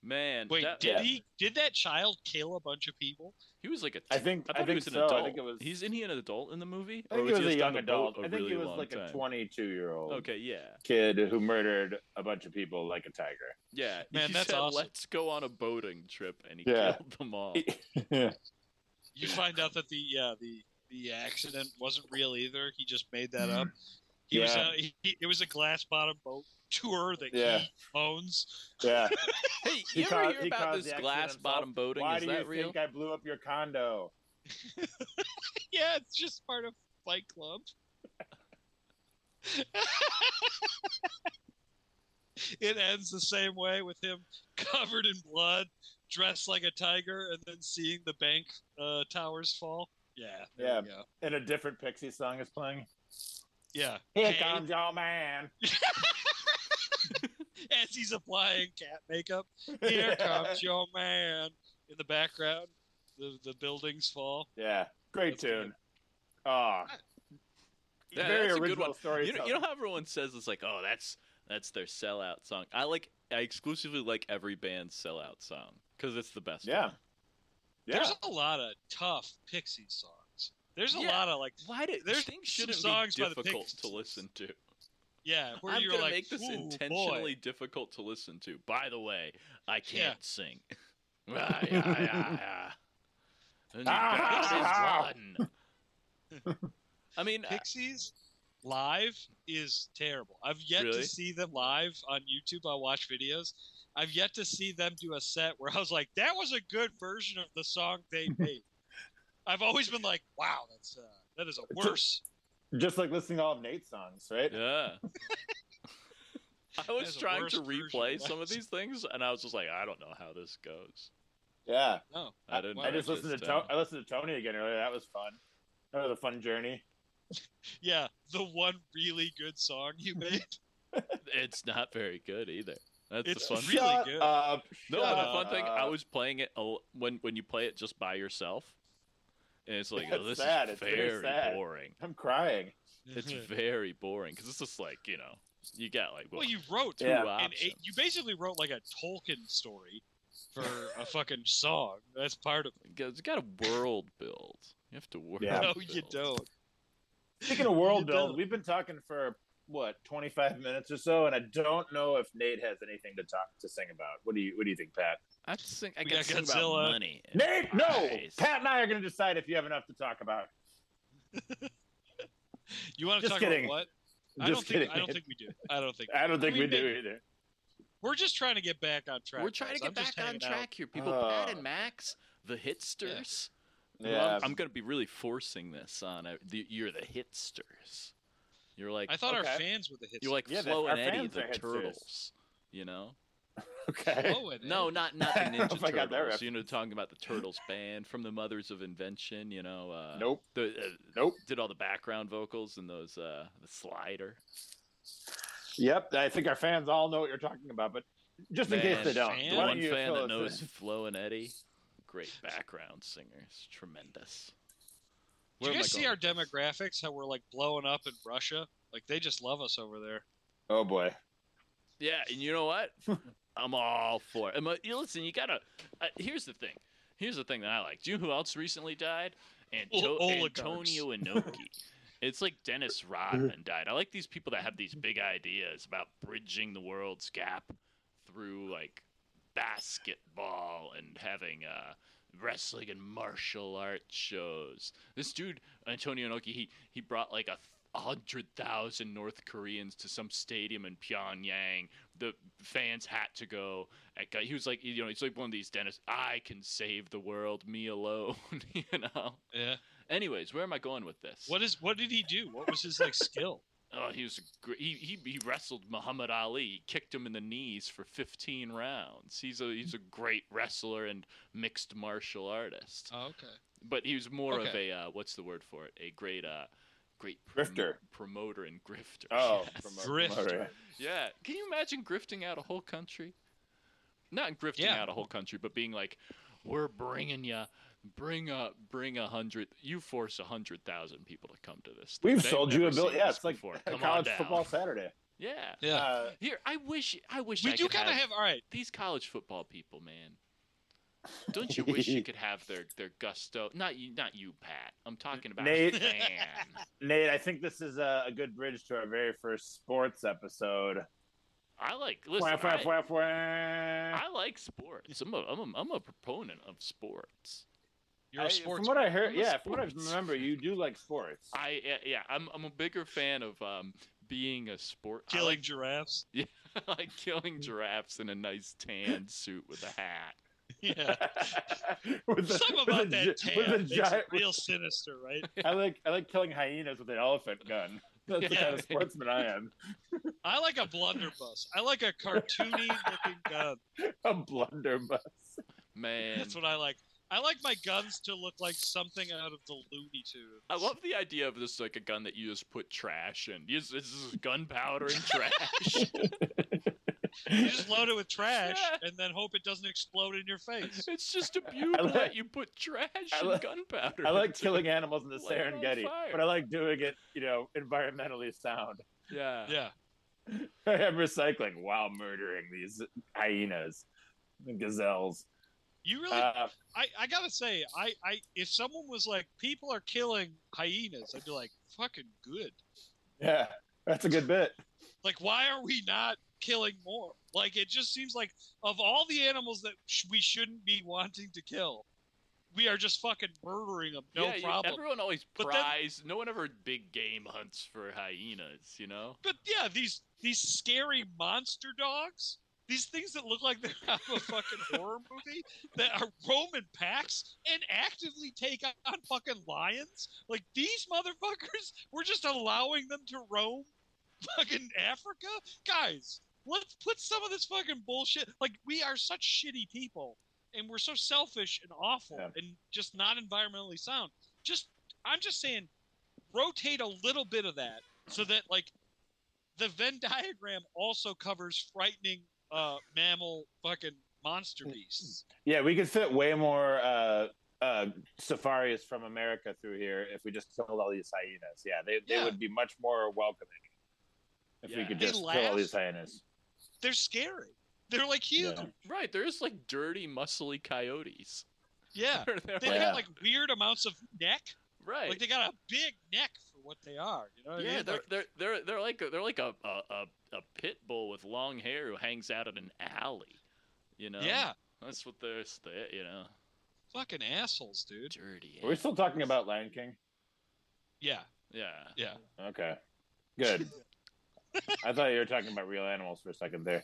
Speaker 1: Man,
Speaker 3: Wait,
Speaker 1: that-
Speaker 3: did
Speaker 2: yeah.
Speaker 3: he? Did that child kill a bunch of people?
Speaker 1: he was like a.
Speaker 2: I
Speaker 1: t-
Speaker 2: think
Speaker 1: I thought
Speaker 2: I,
Speaker 1: he
Speaker 2: think
Speaker 1: was an
Speaker 2: so.
Speaker 1: adult.
Speaker 2: I think it was.
Speaker 1: He's in he an adult in the movie?
Speaker 2: I think
Speaker 1: or
Speaker 2: it was a
Speaker 1: just on
Speaker 2: young
Speaker 1: the
Speaker 2: adult.
Speaker 1: boat a
Speaker 2: I think
Speaker 1: really
Speaker 2: he was
Speaker 1: long
Speaker 2: like
Speaker 1: time?
Speaker 2: a 22 year old
Speaker 1: Okay, yeah,
Speaker 2: kid who murdered a bunch of people like a tiger.
Speaker 1: yeah.
Speaker 3: Man,
Speaker 1: he
Speaker 3: that's
Speaker 1: said,
Speaker 3: awesome.
Speaker 1: Let's go on a boating trip, and he
Speaker 2: Yeah.
Speaker 1: killed them all.
Speaker 3: You find out that the uh, the the accident wasn't real either. He just made that up. He was
Speaker 2: Mm. Yeah.
Speaker 3: uh, he, he- it was a glass bottom boat tour that
Speaker 2: Yeah.
Speaker 3: he owns.
Speaker 2: Yeah.
Speaker 1: Hey,
Speaker 2: He
Speaker 1: you ever
Speaker 2: caused-
Speaker 1: hear
Speaker 2: he
Speaker 1: about
Speaker 2: caused
Speaker 1: this
Speaker 2: the accident
Speaker 1: glass
Speaker 2: himself.
Speaker 1: bottom boating?
Speaker 2: Why
Speaker 1: Is
Speaker 2: do
Speaker 1: that
Speaker 2: you
Speaker 1: real?
Speaker 2: think I blew up your condo?
Speaker 3: Yeah, it's just part of Fight Club. it ends the same way with him covered in blood, dressed like a tiger, and then seeing the bank uh, towers fall. Yeah. there we go.
Speaker 2: And a different Pixie song is playing.
Speaker 3: Yeah.
Speaker 2: Here
Speaker 3: Hey,
Speaker 2: comes your man.
Speaker 3: as he's applying cat makeup. Here comes your man. In the background, the, the buildings fall.
Speaker 2: Yeah, great
Speaker 3: That's
Speaker 2: tune.
Speaker 3: good.
Speaker 2: Ah,
Speaker 1: Yeah,
Speaker 2: very
Speaker 1: that's a good
Speaker 2: original
Speaker 1: one.
Speaker 2: story.
Speaker 1: you know, you know how everyone says it's like, oh, that's that's their sellout song. I like, I exclusively like every band's sellout song because it's the best.
Speaker 2: Yeah.
Speaker 1: one.
Speaker 2: yeah,
Speaker 3: There's a lot of tough Pixie songs. There's a
Speaker 1: Yeah.
Speaker 3: lot of like,
Speaker 1: Why did
Speaker 3: There's
Speaker 1: things
Speaker 3: some
Speaker 1: shouldn't
Speaker 3: songs
Speaker 1: be
Speaker 3: by the
Speaker 1: difficult
Speaker 3: Pixies.
Speaker 1: to listen to?
Speaker 3: yeah, where
Speaker 1: I'm
Speaker 3: you're
Speaker 1: gonna
Speaker 3: like,
Speaker 1: make this
Speaker 3: "Ooh, boy."
Speaker 1: intentionally difficult to listen to. By the way, I can't sing. Ah, yeah, yeah, yeah. And
Speaker 2: Ah,
Speaker 1: the Pixies won. I mean, I-
Speaker 3: Pixies live is terrible. I've yet
Speaker 1: Really?
Speaker 3: to see them live on YouTube. I watch videos. I've yet to see them do a set where I was like, that was a good version of the song they made. I've always been like, wow, that's uh, that is a
Speaker 2: It's a-
Speaker 3: worse.
Speaker 2: just like listening to all of Nate's songs, right?
Speaker 1: yeah. I was
Speaker 3: That's the
Speaker 1: trying to
Speaker 3: worst version of
Speaker 1: replay
Speaker 3: that
Speaker 1: some of
Speaker 3: song.
Speaker 1: these things, and I was just like, I don't know how this goes.
Speaker 2: Yeah,
Speaker 3: No,
Speaker 1: I didn't.
Speaker 3: I
Speaker 2: I
Speaker 1: know
Speaker 2: just
Speaker 1: it
Speaker 2: listened to
Speaker 1: uh,
Speaker 2: to- I listened to Tony again earlier. That was fun. That was a fun journey.
Speaker 3: yeah, the one really good song you made.
Speaker 1: It's not very good either. That's
Speaker 3: It's
Speaker 1: the fun.
Speaker 3: really
Speaker 1: thing.
Speaker 2: Shut
Speaker 3: good.
Speaker 2: Up,
Speaker 1: No,
Speaker 2: shut
Speaker 1: but the fun thing I
Speaker 2: up.
Speaker 1: was playing it al- when when you play it just by yourself, and it's like oh, this
Speaker 2: That's sad.
Speaker 1: is
Speaker 2: It's very
Speaker 1: very
Speaker 2: sad.
Speaker 1: boring.
Speaker 2: I'm crying.
Speaker 1: It's very boring because it's just like you know You got like
Speaker 3: Well,
Speaker 1: well,
Speaker 3: you wrote
Speaker 1: two
Speaker 2: Yeah.
Speaker 3: an
Speaker 1: options.
Speaker 3: eight, you basically wrote like a Tolkien story for a fucking song. That's part of it.
Speaker 1: It's got a world build. You have to world.
Speaker 2: Yeah.
Speaker 3: no, you
Speaker 1: build.
Speaker 3: don't.
Speaker 2: Speaking of world
Speaker 3: You
Speaker 2: build,
Speaker 3: don't.
Speaker 2: we've been talking for what twenty five minutes or so, and I don't know if Nate has anything to talk to sing about. What do you What do you think, Pat?
Speaker 1: I just think I
Speaker 3: We
Speaker 1: got
Speaker 3: got
Speaker 1: to think
Speaker 3: Godzilla.
Speaker 1: about money. and
Speaker 2: Nate, no.
Speaker 1: prize.
Speaker 2: Pat and I are going to decide if you have enough to talk about.
Speaker 3: You want to
Speaker 2: Just
Speaker 3: talk
Speaker 2: kidding.
Speaker 3: about what? I
Speaker 2: Just
Speaker 3: don't think
Speaker 2: kidding.
Speaker 3: I don't think we do. I don't think
Speaker 2: I don't think
Speaker 3: I
Speaker 2: we
Speaker 3: mean,
Speaker 2: do
Speaker 3: Nate-
Speaker 2: either.
Speaker 3: we're just trying to get back on track.
Speaker 1: We're trying to
Speaker 3: guys.
Speaker 1: get
Speaker 3: I'm
Speaker 1: back
Speaker 3: just
Speaker 1: on
Speaker 3: hanging out.
Speaker 1: track here, people. Pat
Speaker 2: Uh.
Speaker 1: and Max, the hitsters. Well,
Speaker 2: Yeah,
Speaker 1: I'm, going to be really forcing this on. uh, the- You're the hitsters. You're like
Speaker 3: I thought our
Speaker 2: Okay.
Speaker 3: fans were the hits.
Speaker 1: you're like
Speaker 2: Yeah, that-
Speaker 1: Flo and
Speaker 2: our
Speaker 1: Eddie,
Speaker 2: fans
Speaker 1: the
Speaker 2: are hitsters.
Speaker 1: turtles. You know?
Speaker 2: okay.
Speaker 3: Flo and
Speaker 1: No,
Speaker 3: Eddie.
Speaker 1: not not the
Speaker 2: I don't know
Speaker 1: Ninja
Speaker 2: if I got that
Speaker 1: Turtles. You know, talking about the Turtles band from the Mothers of Invention. You know, uh,
Speaker 2: Nope.
Speaker 1: the, uh,
Speaker 2: Nope.
Speaker 1: did all the background vocals and those uh, the slider.
Speaker 2: Yep. I think our fans all know what you're talking about, but just in case
Speaker 1: Man,
Speaker 2: they don't,
Speaker 3: fan-
Speaker 1: The
Speaker 2: why don't
Speaker 1: one
Speaker 2: you
Speaker 1: fan
Speaker 2: fill
Speaker 1: that
Speaker 2: us
Speaker 1: knows
Speaker 2: in?
Speaker 1: Flo and Eddie, great background singers, tremendous.
Speaker 3: Do
Speaker 1: Where
Speaker 3: you
Speaker 1: am I
Speaker 3: guys see
Speaker 1: going
Speaker 3: our
Speaker 1: with this?
Speaker 3: demographics? How we're like blowing up in Russia? Like they just love us over there.
Speaker 2: Oh boy.
Speaker 1: Yeah, and you know what? I'm all for it. I'm a, you listen, you gotta. Uh, here's the thing. Here's the thing that I like. Do you know who else recently died? Anto-
Speaker 3: O- oligarchs.
Speaker 1: Antonio Inoki. it's like Dennis Rodman died. I like these people that have these big ideas about bridging the world's gap through like basketball and having uh, wrestling and martial arts shows. This dude, Antonio Inoki, he, he brought like a th- a hundred thousand North Koreans to some stadium in Pyongyang. The fans had to go. At, he was like, you know, he's like one of these dentists. I can save the world, me alone. you know.
Speaker 3: Yeah.
Speaker 1: Anyways, where am I going with this?
Speaker 3: What is? What did he do? What was his like skill?
Speaker 1: Oh, he was a gr- he, he he wrestled Muhammad Ali, He kicked him in the knees for 15 rounds. He's a he's a great wrestler and mixed martial artist.
Speaker 3: Oh, okay.
Speaker 1: But he was more of
Speaker 3: okay.
Speaker 1: a uh, what's the word for it? A great uh great prom-
Speaker 2: Grifter.
Speaker 1: promoter and grifter.
Speaker 2: Oh,
Speaker 1: Yes.
Speaker 2: promoter.
Speaker 3: Grifter.
Speaker 1: Yeah. Can you imagine grifting out a whole country? Not grifting
Speaker 3: Yeah.
Speaker 1: out a whole country, but being like, we're bringing you, bring a, bring a hundred, you force a hundred thousand people to come to this. thing.
Speaker 2: We've
Speaker 1: They've
Speaker 2: sold you a
Speaker 1: never
Speaker 2: bill.
Speaker 1: seen
Speaker 2: Yeah,
Speaker 1: this
Speaker 2: it's like
Speaker 1: before.
Speaker 2: a
Speaker 1: Come on
Speaker 2: college
Speaker 1: down."
Speaker 2: football Saturday.
Speaker 1: Yeah.
Speaker 3: Yeah.
Speaker 2: Uh,
Speaker 1: Here, I wish, I wish
Speaker 3: we
Speaker 1: I
Speaker 3: do
Speaker 1: could
Speaker 3: kind of
Speaker 1: have
Speaker 3: have. All right.
Speaker 1: these college football people, man. Don't you wish you could have their, their gusto? Not you, not you, Pat. I'm talking about
Speaker 2: Nate.
Speaker 1: man.
Speaker 2: Nate, I think this is a, a good bridge to our very first sports episode.
Speaker 1: I like listen.
Speaker 2: Wah, wah,
Speaker 1: I-
Speaker 2: wah, wah.
Speaker 1: I like sports. I'm a, I'm a, I'm a proponent of sports.
Speaker 3: You're a
Speaker 2: I-
Speaker 3: sports.
Speaker 2: From what I heard,
Speaker 1: I'm a
Speaker 2: yeah, from what I
Speaker 1: sports
Speaker 2: remember,
Speaker 1: fan.
Speaker 2: you do like sports.
Speaker 1: I yeah, yeah I'm, I'm a bigger fan of um, being a sport. I
Speaker 3: killing giraffes.
Speaker 1: like, I like killing giraffes in a nice tan suit with a hat.
Speaker 3: Yeah.
Speaker 2: With the-
Speaker 3: Something
Speaker 2: with
Speaker 3: about
Speaker 2: the
Speaker 3: that
Speaker 2: gi-
Speaker 3: tan
Speaker 2: with the
Speaker 3: makes
Speaker 2: giant-
Speaker 3: it real sinister, right?
Speaker 2: I like I like killing hyenas with an elephant gun. That's the
Speaker 1: Yeah.
Speaker 2: kind of sportsman I am.
Speaker 3: I like a blunderbuss. I like a cartoony looking gun.
Speaker 2: A blunderbuss.
Speaker 1: Man,
Speaker 3: That's what I like. I like my guns to look like something out of the Looney Tunes.
Speaker 1: I love the idea of this like a gun that you just put trash in. You just, this is gunpowder and trash.
Speaker 3: You just load it with trash
Speaker 1: Yeah.
Speaker 3: and then hope it doesn't explode in your face.
Speaker 1: it's just a beauty
Speaker 2: I like-
Speaker 1: that you put trash
Speaker 2: I
Speaker 1: and
Speaker 2: like-
Speaker 1: gunpowder.
Speaker 2: I like
Speaker 1: into.
Speaker 2: killing animals in the
Speaker 1: Light it on
Speaker 2: Serengeti,
Speaker 1: fire.
Speaker 2: but I like doing it, you know, environmentally sound.
Speaker 1: Yeah.
Speaker 3: Yeah.
Speaker 2: I am recycling while murdering these hyenas, and gazelles.
Speaker 3: You really
Speaker 2: Uh,
Speaker 3: I, I gotta say, I, I if someone was like, people are killing hyenas, I'd be like, fucking good.
Speaker 2: yeah, that's a good bit.
Speaker 3: Like, why are we not killing more? Like, it just seems like of all the animals that sh- we shouldn't be wanting to kill, we are just fucking murdering them, no
Speaker 1: Yeah, you-
Speaker 3: problem.
Speaker 1: everyone always
Speaker 3: But then-
Speaker 1: prize. no one ever big game hunts for hyenas, you know.
Speaker 3: But yeah, these these scary monster dogs, these things that look like they're out of a fucking horror movie, that are Roman packs and actively take on fucking lions. Like these motherfuckers, we're just allowing them to roam fucking Africa, guys. Let's put some of this fucking bullshit. Like we are such shitty people, and we're so selfish and awful,
Speaker 2: Yeah.
Speaker 3: and just not environmentally sound. Just, I'm just saying, rotate a little bit of that so that like the Venn diagram also covers frightening uh, mammal fucking monster
Speaker 2: Mm-hmm.
Speaker 3: beasts.
Speaker 2: Yeah, we could fit way more uh, uh, safaris from America through here if we just killed all these hyenas. Yeah, they, they
Speaker 3: Yeah.
Speaker 2: would be much more welcoming. If we
Speaker 1: Yeah.
Speaker 2: could
Speaker 3: They
Speaker 2: just kill all
Speaker 3: laugh.
Speaker 2: these hyenas.
Speaker 3: They're scary. They're like huge.
Speaker 2: Yeah.
Speaker 1: Right, there's like dirty, muscly coyotes.
Speaker 3: Yeah.
Speaker 1: They're
Speaker 3: They
Speaker 1: like-
Speaker 2: Yeah.
Speaker 3: have like weird amounts of neck.
Speaker 1: right.
Speaker 3: Like they got a big neck for what they are. You know what I
Speaker 1: yeah,
Speaker 3: mean?
Speaker 1: they're,
Speaker 3: Oh, Like,
Speaker 1: they're they're they're like a, they're like a, a a a pit bull with long hair who hangs out at an alley. You know.
Speaker 3: yeah.
Speaker 1: That's what they're s- they- you know.
Speaker 3: Fucking assholes, dude.
Speaker 1: Dirty.
Speaker 2: Are we still talking
Speaker 1: animals.
Speaker 2: about Lion King?
Speaker 3: Yeah.
Speaker 1: Yeah.
Speaker 3: Yeah.
Speaker 2: Okay. Good. I thought you were talking about real animals for a second there.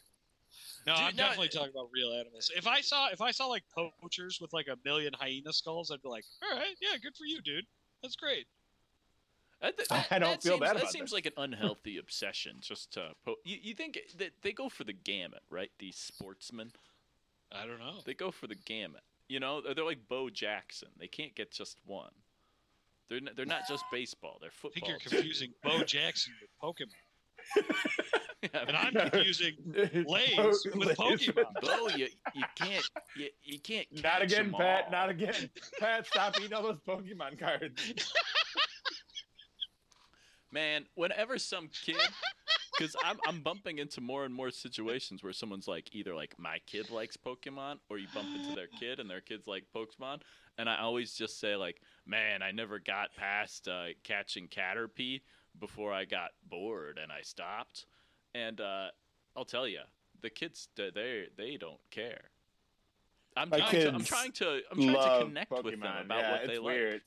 Speaker 3: No,
Speaker 1: Dude,
Speaker 3: I'm
Speaker 1: no,
Speaker 3: definitely talking about real animals. If I saw if I saw like poachers with like a million hyena skulls, I'd be like, all right, yeah, good for you, dude. That's great.
Speaker 1: That, that,
Speaker 2: I don't
Speaker 1: that
Speaker 2: feel
Speaker 1: seems,
Speaker 2: bad
Speaker 1: That
Speaker 2: about
Speaker 1: seems
Speaker 2: this.
Speaker 1: like an unhealthy obsession. Just to po- you, you think that they go for the gamut, right? These sportsmen,
Speaker 3: I don't know.
Speaker 1: they go for the gamut. You know, they're, they're like Bo Jackson. They can't get just one. They're n- they're not just baseball. They're
Speaker 3: I think
Speaker 1: football.
Speaker 3: you're
Speaker 1: too.
Speaker 3: confusing Bo Jackson with Pokemon,
Speaker 1: Yeah,
Speaker 3: and I'm confusing Blaze with Pokemon.
Speaker 1: Bo, you, you can't you, you can't
Speaker 2: Not
Speaker 1: catch
Speaker 2: again,
Speaker 1: 'em
Speaker 2: Pat.
Speaker 1: all.
Speaker 2: Not again. Pat, stop eating all those Pokemon cards.
Speaker 1: Man, whenever some kid, because I'm, I'm bumping into more and more situations where someone's like, either like, my kid likes Pokemon, or you bump into their kid and their kid's like Pokemon. And I always just say, like, man, I never got past uh, catching Caterpie before I got bored and I stopped. And uh, I'll tell you, the kids, they- they they don't care. I'm,
Speaker 2: My
Speaker 1: trying to, I'm
Speaker 2: kids
Speaker 1: trying to I'm trying to connect with them about
Speaker 2: yeah,
Speaker 1: what they
Speaker 2: it's
Speaker 1: like.
Speaker 2: weird.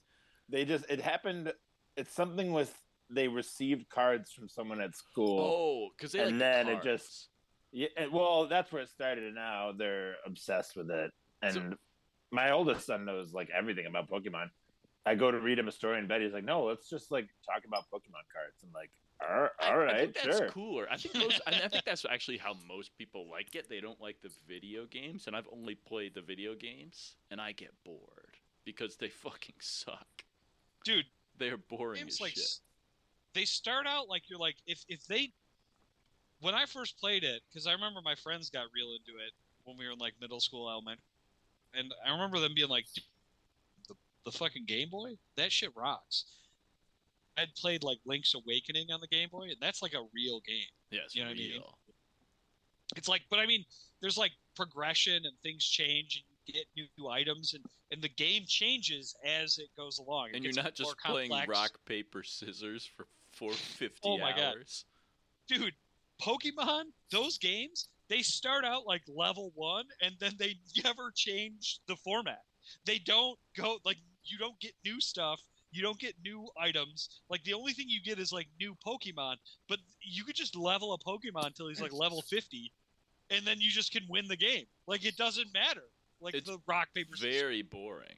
Speaker 2: They just it happened. It's something with they received cards from someone at school.
Speaker 1: Oh, because they
Speaker 2: And
Speaker 1: like
Speaker 2: then
Speaker 1: the
Speaker 2: it just-
Speaker 1: cards.
Speaker 2: Yeah, and- well, that's where it started, and now they're obsessed with it. And
Speaker 1: So-
Speaker 2: my oldest son knows like everything about Pokemon. I go to read him a story, and Betty's like, "No, let's just like talk about Pokemon cards." And like, "Ar-
Speaker 1: I-
Speaker 2: all
Speaker 1: I,
Speaker 2: right,
Speaker 1: think that's
Speaker 2: sure.
Speaker 1: cooler. I think most, I, I think that's actually how most people like it. They don't like the video games, and I've only played the video games, and I get bored because they fucking suck.
Speaker 3: Dude,
Speaker 1: They're boring
Speaker 3: games
Speaker 1: as
Speaker 3: like
Speaker 1: shit.
Speaker 3: s- they start out like you're like if if they when I first played it because I remember my friends got real into it when we were in like middle school elementary, and I remember them being like, "Dude, the the fucking Game Boy that shit rocks. I'd played like Link's Awakening on the Game Boy, and that's like a real game.
Speaker 1: Yes,
Speaker 3: you know
Speaker 1: real.
Speaker 3: what I mean? It's like, but I mean, there's like progression and things change, and you get new, new items, and and the game changes as it goes along. It
Speaker 1: And you're
Speaker 3: gets
Speaker 1: not just
Speaker 3: more
Speaker 1: playing
Speaker 3: complex.
Speaker 1: rock paper scissors for for fifty
Speaker 3: Oh my God.
Speaker 1: hours.
Speaker 3: dude, Pokemon, those games, they start out like level one and then they never change the format. They don't go like you don't get new stuff, you don't get new items. Like the only thing you get is like new Pokemon, but you could just level a Pokemon till he's like level fifty, and then you just can win the game. Like it doesn't matter. Like
Speaker 1: It's
Speaker 3: the rock paper scissors.
Speaker 1: Very boring.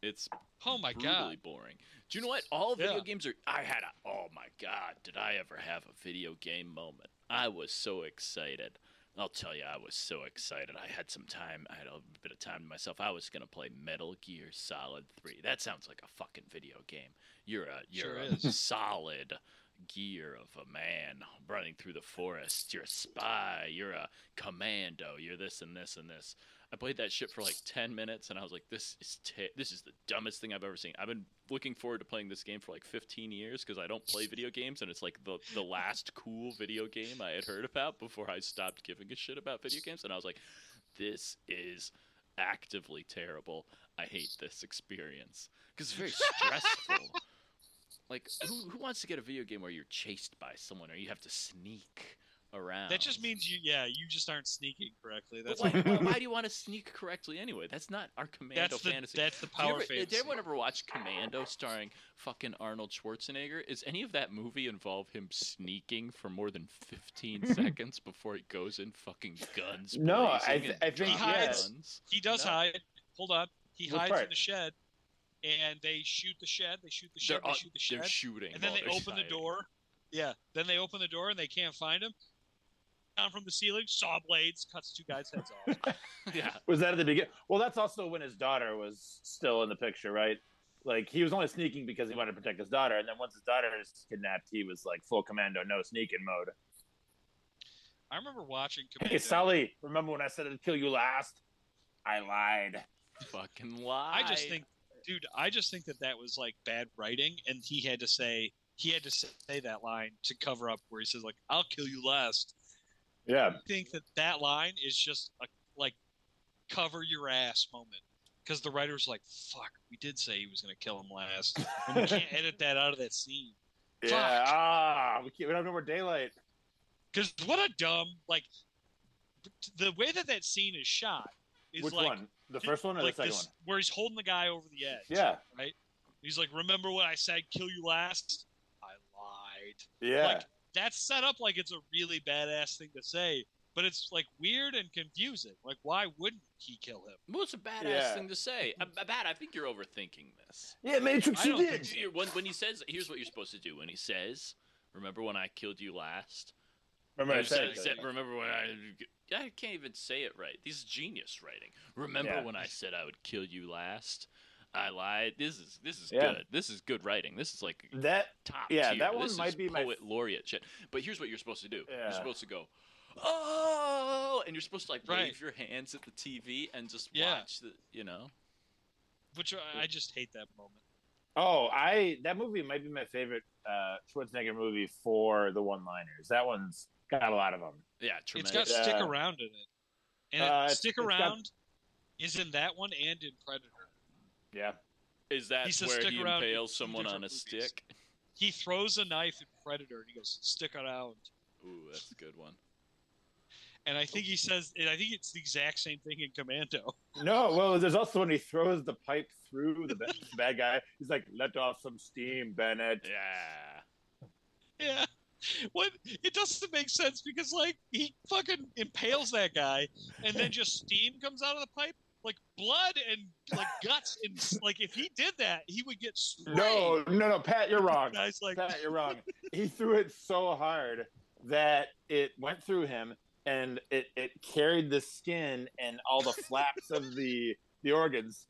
Speaker 1: It's
Speaker 3: Oh my
Speaker 1: brutally
Speaker 3: god!
Speaker 1: boring. Do you know what? All video
Speaker 3: Yeah.
Speaker 1: games are. I had a. Oh my god! Did I ever have a video game moment? I was so excited. I'll tell you, I was so excited. I had some time. I had a bit of time to myself. I was gonna play Metal Gear Solid Three. That sounds like a fucking video game. You're a you're
Speaker 3: Sure
Speaker 1: a
Speaker 3: is.
Speaker 1: solid gear of a man running through the forest. You're a spy. You're a commando. You're this and this and this. I played that shit for like 10 minutes and I was like, this is ta this is the dumbest thing I've ever seen. I've been looking forward to playing this game for like 15 years because I don't play video games and it's like the, the last cool video game I had heard about before I stopped giving a shit about video games. And I was like, this is actively terrible. I hate this experience because it's very stressful. like, who, who wants to get a video game where you're chased by someone or you have to sneak around?
Speaker 3: That just means you, yeah, you just aren't sneaking correctly.
Speaker 1: But uh,
Speaker 3: That's
Speaker 1: why,
Speaker 3: what-
Speaker 1: why, why do you want to sneak correctly anyway? That's not our Commando
Speaker 3: that's the
Speaker 1: fantasy.
Speaker 3: that's the
Speaker 1: Do you
Speaker 3: power
Speaker 1: ever-
Speaker 3: fantasy.
Speaker 1: Did anyone ever watch Commando starring fucking Arnold Schwarzenegger? Is any of that movie involve him sneaking for more than 15 seconds before he goes in fucking guns?
Speaker 2: No, I
Speaker 1: blazing
Speaker 2: th-
Speaker 1: and
Speaker 2: I think,
Speaker 1: dropping
Speaker 3: yeah.
Speaker 1: guns?
Speaker 3: He does
Speaker 1: No.
Speaker 3: hide. Hold on. He
Speaker 2: Which
Speaker 3: hides in
Speaker 2: part?
Speaker 3: the shed, and they shoot the shed. They shoot the
Speaker 1: They're
Speaker 3: shed. They
Speaker 1: all-
Speaker 3: shoot the
Speaker 1: They're
Speaker 3: shed,
Speaker 1: shooting.
Speaker 3: and then
Speaker 1: while
Speaker 3: they
Speaker 1: they're
Speaker 3: open the
Speaker 1: hiding.
Speaker 3: door. Yeah. Then they open the door and they can't find him. Down from the ceiling, saw blades, cuts two guys' heads off.
Speaker 1: Yeah.
Speaker 2: Was that at the beginning? Well, that's also when his daughter was still in the picture, right? Like he was only sneaking because he wanted to protect his daughter, and then once his daughter is kidnapped, he was like full commando, no sneaking mode.
Speaker 3: I remember watching.
Speaker 2: Hey,
Speaker 3: Commando.
Speaker 2: Sully, remember when I said I'd kill you last? I lied.
Speaker 1: Fucking lie.
Speaker 3: I just think, dude, I just think that that was like bad writing, and he had to say, he had to say that line to cover up where he says like I'll kill you last.
Speaker 2: Yeah.
Speaker 3: I think that that line is just a like cover your ass moment because the writer's like fuck we did say he was gonna kill him last and we can't edit that out of that scene
Speaker 2: Yeah. Ah, we, can't, we don't have no more daylight.
Speaker 3: because what a dumb like the way that that scene is shot is
Speaker 2: Which
Speaker 3: like
Speaker 2: one? The first one or
Speaker 3: like
Speaker 2: the second
Speaker 3: this where he's holding the guy over the edge.
Speaker 2: one? Yeah.
Speaker 3: He's like, remember when I said kill you last? I lied.
Speaker 2: Yeah.
Speaker 3: Like, That's set up like it's a really badass thing to say, but it's like weird and confusing. Like, why wouldn't he kill him?
Speaker 1: Well, it's a badass
Speaker 2: Yeah.
Speaker 1: thing to say. I, I- Bat, I think you're overthinking this.
Speaker 2: yeah, Matrix,
Speaker 3: I
Speaker 2: you
Speaker 3: don't
Speaker 2: did.
Speaker 3: think so.
Speaker 1: You're- When, when he says, here's what you're supposed to do. When he says, remember when I killed you last?
Speaker 2: Remember, I
Speaker 1: Or
Speaker 2: said,
Speaker 1: said- said, remember when I... I can't even say it right. This is genius writing. Remember
Speaker 2: Yeah.
Speaker 1: when I said I would kill you last? I lied. This is this is
Speaker 2: Yeah.
Speaker 1: good. This is good writing. This is like
Speaker 2: that.
Speaker 1: top
Speaker 2: Yeah,
Speaker 1: tier.
Speaker 2: that one
Speaker 1: This
Speaker 2: might
Speaker 1: is
Speaker 2: be my
Speaker 1: poet
Speaker 2: f-
Speaker 1: laureate shit. But here's what you're supposed to do. You're
Speaker 2: Yeah.
Speaker 1: supposed to go, oh, and you're supposed to like wave
Speaker 3: Right.
Speaker 1: your hands at the TV and just
Speaker 3: Yeah.
Speaker 1: watch the, you know.
Speaker 3: Which I- I just hate that moment.
Speaker 2: Oh, I that movie might be my favorite uh, Schwarzenegger movie for the one-liners. That one's got a lot of them.
Speaker 1: Yeah,
Speaker 3: It's
Speaker 1: tremendous.
Speaker 3: got
Speaker 2: Yeah.
Speaker 3: stick around in it, and it-
Speaker 2: Uh, it's-
Speaker 3: stick
Speaker 2: it's got-
Speaker 3: around is in that one and in Predator.
Speaker 2: Yeah.
Speaker 1: Is that
Speaker 3: He says
Speaker 1: where
Speaker 3: stick
Speaker 1: he
Speaker 3: around
Speaker 1: impales
Speaker 3: in two
Speaker 1: someone on a
Speaker 3: different movies.
Speaker 1: stick?
Speaker 3: He throws a knife at Predator and he goes, "Stick around."
Speaker 1: Ooh, that's a good one.
Speaker 3: And I think he says, and I think it's the exact same thing in Commando.
Speaker 2: No, well, there's also when he throws the pipe through the ba- bad guy. He's like, "Let off some steam, Bennett."
Speaker 1: Yeah.
Speaker 3: Yeah. What it doesn't make sense because like he fucking impales that guy and then just steam comes out of the pipe. Like blood and like guts and like if he did that, he would get sprayed.
Speaker 2: No, no, no, Pat, you're wrong.
Speaker 3: And I was like
Speaker 2: Pat, you're wrong. He threw it so hard that it went through him, and it it carried the skin and all the flaps of the the organs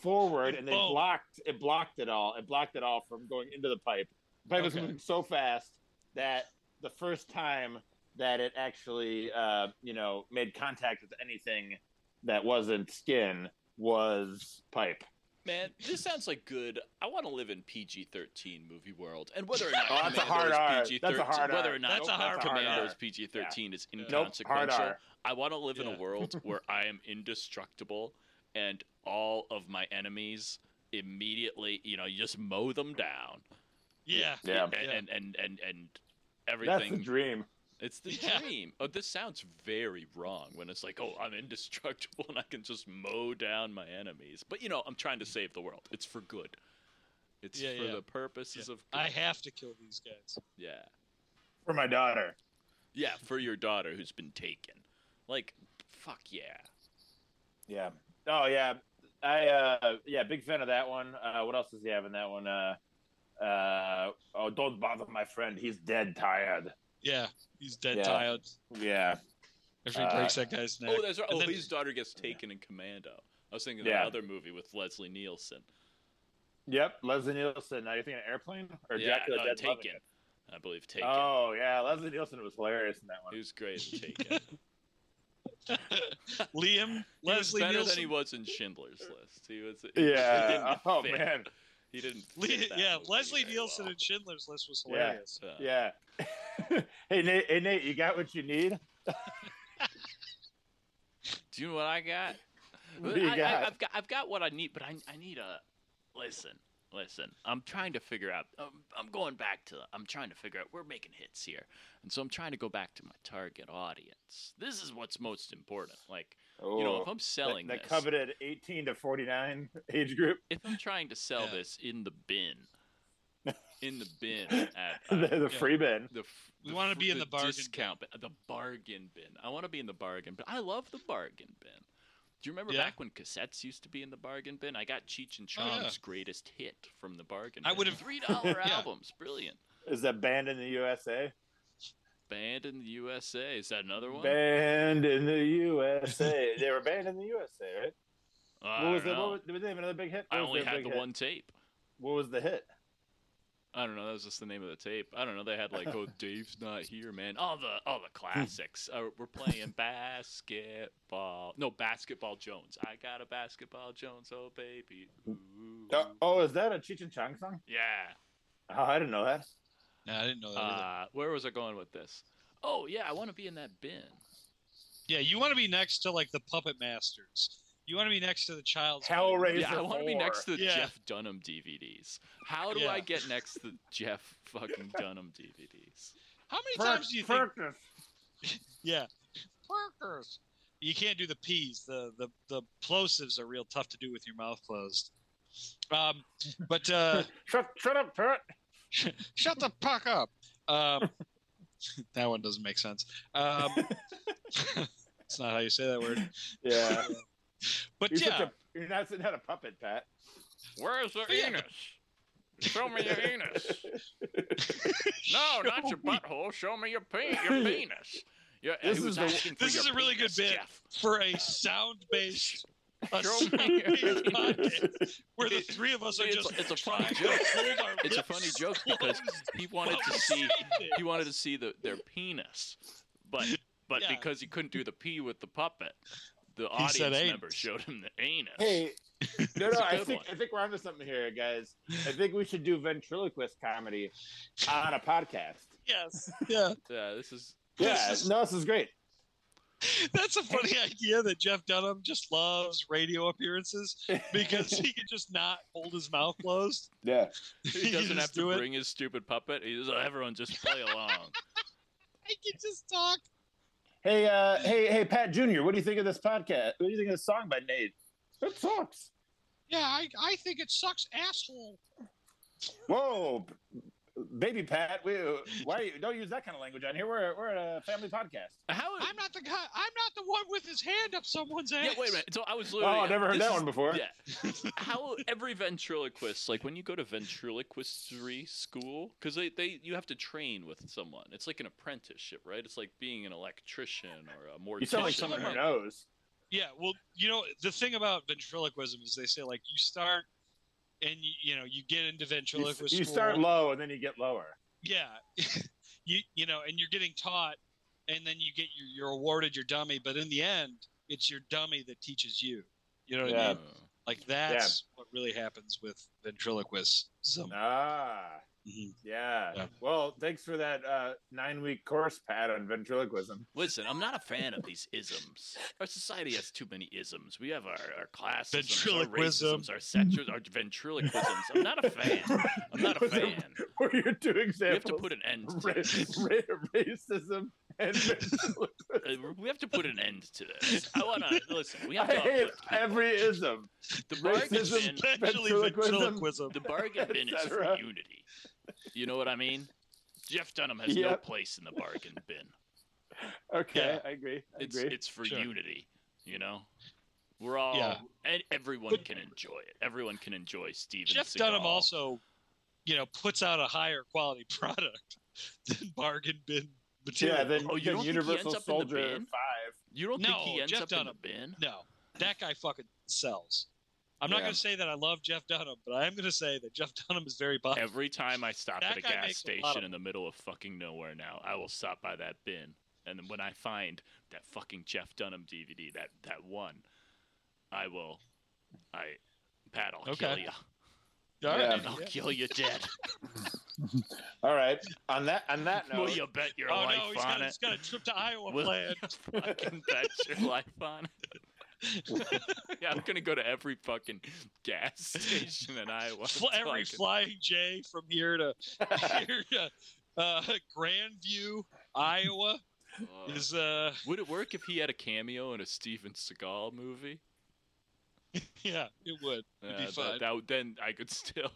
Speaker 2: forward, and they
Speaker 3: Oh.
Speaker 2: blocked it. Blocked it all. It blocked it all from going into the pipe. The pipe was
Speaker 1: Okay.
Speaker 2: moving so fast that the first time that it actually, uh, you know, made contact with anything that wasn't skin was pipe.
Speaker 1: Man, this sounds like good. I want to live in PG-13 movie world, and whether or not
Speaker 2: Oh, that's a hard
Speaker 1: Commando's
Speaker 2: R.
Speaker 1: PG-13,
Speaker 2: That's a hard R.
Speaker 1: whether or not
Speaker 3: That's a hard R.
Speaker 1: Commando's PG-13 is
Speaker 3: Nope,
Speaker 2: Nope, hard
Speaker 1: inconsequential,
Speaker 2: R.
Speaker 1: I want to live in
Speaker 3: Yeah.
Speaker 1: a world where I am indestructible and all of my enemies immediately, you know, you just mow them down.
Speaker 3: Yeah.
Speaker 2: Yeah,
Speaker 1: And
Speaker 3: Yeah.
Speaker 1: and and and, and
Speaker 2: that's the
Speaker 1: everything.
Speaker 2: dream.
Speaker 1: it's the
Speaker 3: Yeah.
Speaker 1: dream. Oh, this sounds very wrong when it's like, "Oh, I'm indestructible and I can just mow down my enemies." But you know, I'm trying to save the world. It's for good. It's
Speaker 3: Yeah,
Speaker 1: for
Speaker 3: yeah.
Speaker 1: the purposes of good.
Speaker 3: I have to kill these guys.
Speaker 1: yeah.
Speaker 2: for my daughter.
Speaker 1: Yeah, for your daughter who's been taken. Like, fuck yeah.
Speaker 2: Yeah. Oh yeah. I uh yeah, big fan of that one. Uh what else does he have in that one? Uh uh oh don't bother my friend, he's dead tired.
Speaker 3: Yeah. He's dead
Speaker 2: Yeah.
Speaker 3: tired
Speaker 2: Yeah.
Speaker 3: after he
Speaker 2: Uh,
Speaker 3: breaks that guy's neck.
Speaker 1: Oh, that's right.
Speaker 3: And
Speaker 1: Oh,
Speaker 3: then-
Speaker 1: his daughter gets taken in Commando. I was thinking of
Speaker 2: Yeah.
Speaker 1: another movie with Leslie Nielsen.
Speaker 2: Yep, Leslie Nielsen. Now you're thinking airplane or
Speaker 1: yeah,
Speaker 2: Dracula
Speaker 1: uh,
Speaker 2: Dead
Speaker 1: Taken.
Speaker 2: Loving It?
Speaker 1: I believe Taken.
Speaker 2: Oh yeah, Leslie Nielsen was hilarious in that
Speaker 1: He
Speaker 2: one.
Speaker 1: was great in Taken.
Speaker 3: Liam
Speaker 1: he was
Speaker 3: Leslie
Speaker 1: better
Speaker 3: Nielsen.
Speaker 1: than he was in Schindler's List. He was. he- He
Speaker 2: Yeah.
Speaker 1: didn't
Speaker 2: Oh
Speaker 1: fit.
Speaker 2: man.
Speaker 1: He didn't.
Speaker 3: Le-
Speaker 1: fit that
Speaker 3: yeah,
Speaker 1: movie
Speaker 3: Leslie
Speaker 1: very
Speaker 3: Nielsen
Speaker 1: well.
Speaker 3: and Schindler's List was
Speaker 2: Yeah.
Speaker 3: hilarious.
Speaker 1: Uh,
Speaker 2: Yeah. hey Nate, hey Nate, you got what you need?
Speaker 1: Do you know what I got?
Speaker 2: What do you
Speaker 1: I,
Speaker 2: got?
Speaker 1: I, I've got I've got what I need, but I I need a listen. Listen, I'm trying to figure out. I'm, I'm going back to. I'm trying to figure out. We're making hits here, and so I'm trying to go back to my target audience. This is what's most important. Like you know,
Speaker 2: Oh,
Speaker 1: if I'm selling
Speaker 2: the, the
Speaker 1: this,
Speaker 2: coveted 18 to 49 age group.
Speaker 1: if I'm trying to sell
Speaker 3: Yeah.
Speaker 1: this in the bin, in the bin at uh,
Speaker 2: the the
Speaker 3: yeah.
Speaker 2: free bin.
Speaker 1: the f-
Speaker 3: We wanna
Speaker 1: fr-
Speaker 3: be in the bargain bin.
Speaker 1: discount bin. the bargain bin. I want to be in the bargain bin. I love the bargain bin. Do you remember
Speaker 3: Yeah.
Speaker 1: back when cassettes used to be in the bargain bin? I got Cheech and
Speaker 3: Oh,
Speaker 1: Chong's
Speaker 3: yeah.
Speaker 1: greatest hit from the bargain.
Speaker 3: I
Speaker 1: bin.
Speaker 3: would've-
Speaker 1: three dollar
Speaker 3: Yeah.
Speaker 1: albums. Brilliant.
Speaker 2: Is that banned in the USA?
Speaker 1: Band in the USA. Is that another one?
Speaker 2: Banned in the USA. they were banned in the USA, right?
Speaker 1: I
Speaker 2: what was
Speaker 1: don't
Speaker 2: the,
Speaker 1: know.
Speaker 2: what was, did they have another big hit?
Speaker 1: I
Speaker 2: What was
Speaker 1: only
Speaker 2: their
Speaker 1: had
Speaker 2: big
Speaker 1: the
Speaker 2: hit?
Speaker 1: one tape.
Speaker 2: What was the hit?
Speaker 1: I don't know. That was just the name of the tape. I don't know. They had like, oh, Dave's not here, man. All the all the classics. uh, we're playing basketball. No, basketball Jones. I got a basketball Jones. Oh baby. Ooh.
Speaker 2: Oh, oh, is that a Cheech and Chong song?
Speaker 1: Yeah.
Speaker 2: Oh, I didn't know that.
Speaker 3: Nah, I didn't know that. either.
Speaker 1: Uh, where was I going with this? Oh yeah, I want to be in that bin.
Speaker 3: yeah, you want to be next to like the puppet masters. You want to be next to the child's. play.
Speaker 2: Hellraiser.
Speaker 1: Yeah, I want to be
Speaker 2: 4.
Speaker 1: next to the
Speaker 3: Yeah.
Speaker 1: Jeff Dunham DVDs. How do I
Speaker 3: Yeah.
Speaker 1: get next to the Jeff fucking Dunham DVDs?
Speaker 3: How many
Speaker 2: Perk-
Speaker 3: times do you think?
Speaker 2: Perkins.
Speaker 3: Yeah, Perkers. You can't do the P's. The the the plosives are real tough to do with your mouth closed. Um, but uh,
Speaker 2: Shut, shut up, Pert.
Speaker 3: shut the fuck up. Um, that one doesn't make sense. Um, it's not how you say that word.
Speaker 2: Yeah.
Speaker 3: But
Speaker 2: You're,
Speaker 3: yeah,
Speaker 2: such a, you're not, not a puppet, Pat.
Speaker 1: Where's the
Speaker 3: Yeah.
Speaker 1: Show me your anus.
Speaker 3: Show me-
Speaker 1: butthole. Show me your, pe-
Speaker 2: your
Speaker 1: penis. Your,
Speaker 2: This he is was the-
Speaker 3: this is a really good bit. for a sound based. A
Speaker 1: Show me
Speaker 3: sound-based
Speaker 1: your-
Speaker 3: podcast where the
Speaker 1: It-
Speaker 3: three of us are
Speaker 1: it's-
Speaker 3: just
Speaker 1: it's a funny
Speaker 3: trying to
Speaker 1: joke.
Speaker 3: hold our
Speaker 1: It's a
Speaker 3: lips
Speaker 1: funny joke because
Speaker 3: closed
Speaker 1: he wanted
Speaker 3: while
Speaker 1: to
Speaker 3: we
Speaker 1: see
Speaker 3: say things.
Speaker 1: he wanted to see the, their penis, but but
Speaker 3: Yeah.
Speaker 1: because he couldn't do the P with the puppet, the
Speaker 3: He said
Speaker 1: audience
Speaker 3: anus.
Speaker 1: member showed him the anus.
Speaker 2: Hey, no,
Speaker 1: It's
Speaker 2: no,
Speaker 1: a
Speaker 2: I
Speaker 1: good
Speaker 2: think
Speaker 1: one.
Speaker 2: I think we're onto something here, guys. I think we should do ventriloquist comedy on a podcast.
Speaker 3: Yes. Yeah.
Speaker 1: Yeah, this is
Speaker 2: Yeah,
Speaker 3: This is-
Speaker 2: no, this is great.
Speaker 3: That's a funny idea that Jeff Dunham just loves radio appearances because he can just not hold his mouth closed.
Speaker 2: Yeah,
Speaker 3: He
Speaker 1: he
Speaker 3: can
Speaker 1: doesn't
Speaker 3: just
Speaker 1: have
Speaker 3: do
Speaker 1: to
Speaker 3: it.
Speaker 1: bring his stupid puppet. He just everyone just play along.
Speaker 3: I can just talk.
Speaker 2: Hey, uh, hey, hey, Pat Junior, what do you think of this podcast? What do you think of this song by Nate? It sucks.
Speaker 3: Yeah, I, I think it sucks, asshole.
Speaker 2: Whoa, b- baby Pat, we, why you, don't use that kind of language on here? We're we're a family podcast.
Speaker 1: How?
Speaker 3: I'm not the guy. I'm not the one with his hand up someone's ass.
Speaker 1: yeah, wait a minute. So I was
Speaker 2: Oh,
Speaker 1: literally.
Speaker 2: I've never heard
Speaker 1: this
Speaker 2: that
Speaker 1: is-
Speaker 2: one before.
Speaker 1: Yeah. How every ventriloquist, like when you go to ventriloquistry school, because they, they you have to train with someone. It's like an apprenticeship, right? It's like being an electrician or a mortician.
Speaker 2: You sound like someone who
Speaker 1: right?
Speaker 2: knows.
Speaker 3: Yeah, well, you know, the thing about ventriloquism is they say like you start and you, you know you get into
Speaker 2: You,
Speaker 3: ventriloquism.
Speaker 2: you start low and then you get lower.
Speaker 3: yeah you you know and you're getting taught and then you get your you're awarded your dummy but in the end it's your dummy that teaches you you know what i
Speaker 2: Yeah.
Speaker 3: mean like that's what really happens with ventriloquism
Speaker 2: Ah,
Speaker 3: Mhm.
Speaker 2: yeah.
Speaker 3: Yeah.
Speaker 2: Well, thanks for that uh, nine week course, Pat, on ventriloquism.
Speaker 1: Listen, I'm not a fan of these isms. Our society has too many isms. We have our, our classes,
Speaker 3: Ventriloquism.
Speaker 1: our racisms, our sectors, our ventriloquisms. I'm not a fan. I'm not a
Speaker 2: Those are-
Speaker 1: fan.
Speaker 2: Were your two examples?
Speaker 1: We have to put an end to
Speaker 2: ra-
Speaker 1: this.
Speaker 2: ra- racism and ventriloquism.
Speaker 1: Uh, We have to put an end to this. I want to listen. We
Speaker 2: I
Speaker 1: have to
Speaker 2: hate
Speaker 1: uplift people.
Speaker 2: every ism.
Speaker 1: the bargain
Speaker 2: racism,
Speaker 1: bin.
Speaker 3: especially
Speaker 2: ventriloquism.
Speaker 3: ventriloquism
Speaker 1: The bargain
Speaker 2: et
Speaker 1: bin is for
Speaker 2: cetera.
Speaker 1: unity. You know what I mean? Jeff Dunham has no
Speaker 2: Yep.
Speaker 1: place in the bargain bin.
Speaker 2: Okay,
Speaker 3: Yeah.
Speaker 2: I agree. I
Speaker 1: It's
Speaker 2: agree.
Speaker 1: it's for
Speaker 3: Sure.
Speaker 1: unity. You know, we're all
Speaker 3: Yeah.
Speaker 1: and everyone
Speaker 3: But-
Speaker 1: can enjoy it. Everyone can enjoy Steven.
Speaker 3: jeff
Speaker 1: Seagal.
Speaker 3: dunham also you know puts out a higher quality product than bargain bin material
Speaker 2: yeah, then,
Speaker 1: Oh, you
Speaker 2: then
Speaker 1: don't think he
Speaker 2: Universal
Speaker 1: ends up in the
Speaker 2: Soldier
Speaker 1: bin?
Speaker 2: Five.
Speaker 1: You don't think he
Speaker 3: No,
Speaker 1: ends
Speaker 3: Jeff
Speaker 1: up
Speaker 3: Dunham.
Speaker 1: in the bin?
Speaker 3: No, that guy fucking sells. I'm not
Speaker 2: Yeah.
Speaker 3: going to say that I love Jeff Dunham, but I am going to say that Jeff Dunham is very popular.
Speaker 1: Every time I stop
Speaker 3: That
Speaker 1: at a
Speaker 3: guy
Speaker 1: gas
Speaker 3: makes a lot
Speaker 1: station
Speaker 3: of-
Speaker 1: in the middle of fucking nowhere now, I will stop by that bin. And then when I find that fucking Jeff Dunham DVD, that that one, I will, I, Pat, I'll kill
Speaker 3: Okay.
Speaker 1: you.
Speaker 2: Yeah.
Speaker 3: All right,
Speaker 1: And I'll kill you dead.
Speaker 2: All right. On that, on that note,
Speaker 1: Will you bet your
Speaker 3: Oh
Speaker 1: life
Speaker 3: no, he's
Speaker 1: on
Speaker 3: got, a-
Speaker 1: it?
Speaker 3: he's got a trip to Iowa
Speaker 1: Will-
Speaker 3: planned.
Speaker 1: fucking bet your life on it. yeah, I'm gonna go to every fucking gas station in Iowa.
Speaker 3: Fl- every
Speaker 1: Fucking-
Speaker 3: flying J from here to here to uh, Grandview, Iowa
Speaker 2: Oh.
Speaker 1: Ugh.
Speaker 3: is uh
Speaker 1: Would it work if he had a cameo in a Steven Seagal movie?
Speaker 3: yeah, it would. It'd be
Speaker 1: Uh, that-
Speaker 3: fun.
Speaker 1: that would- then I could still,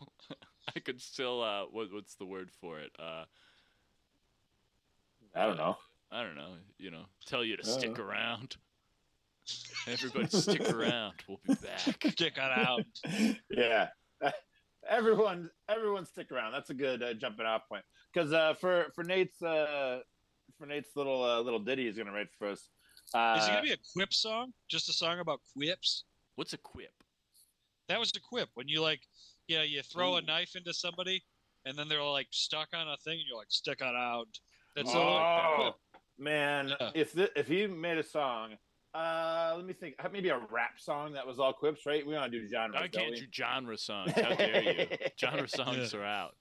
Speaker 1: I could still. Uh, what, what's the word for it? Uh,
Speaker 2: I don't know.
Speaker 1: I don't know. You know, tell you to
Speaker 2: Uh-oh.
Speaker 1: stick around. Everybody, stick around. We'll be back.
Speaker 3: Stick on out.
Speaker 2: yeah. Everyone, everyone, stick around. That's a good uh, jumping off point. Because uh, for for Nate's uh, for Nate's little uh, little ditty he's gonna write for us. Uh,
Speaker 3: Is it gonna be a quip song? Just a song about quips?
Speaker 1: What's a quip?
Speaker 3: That was the quip when you like, you know, you throw
Speaker 1: Ooh.
Speaker 3: a knife into somebody, and then they're like stuck on a thing, and you're like stick on out. That's
Speaker 1: Oh.
Speaker 3: all.
Speaker 2: oh man,
Speaker 3: Yeah.
Speaker 2: if th- if he made a song, uh, let me think. uh, Maybe a rap song that was all quips, right? We want to do genre.
Speaker 1: I can't do genre songs. How dare you? Genre songs are out.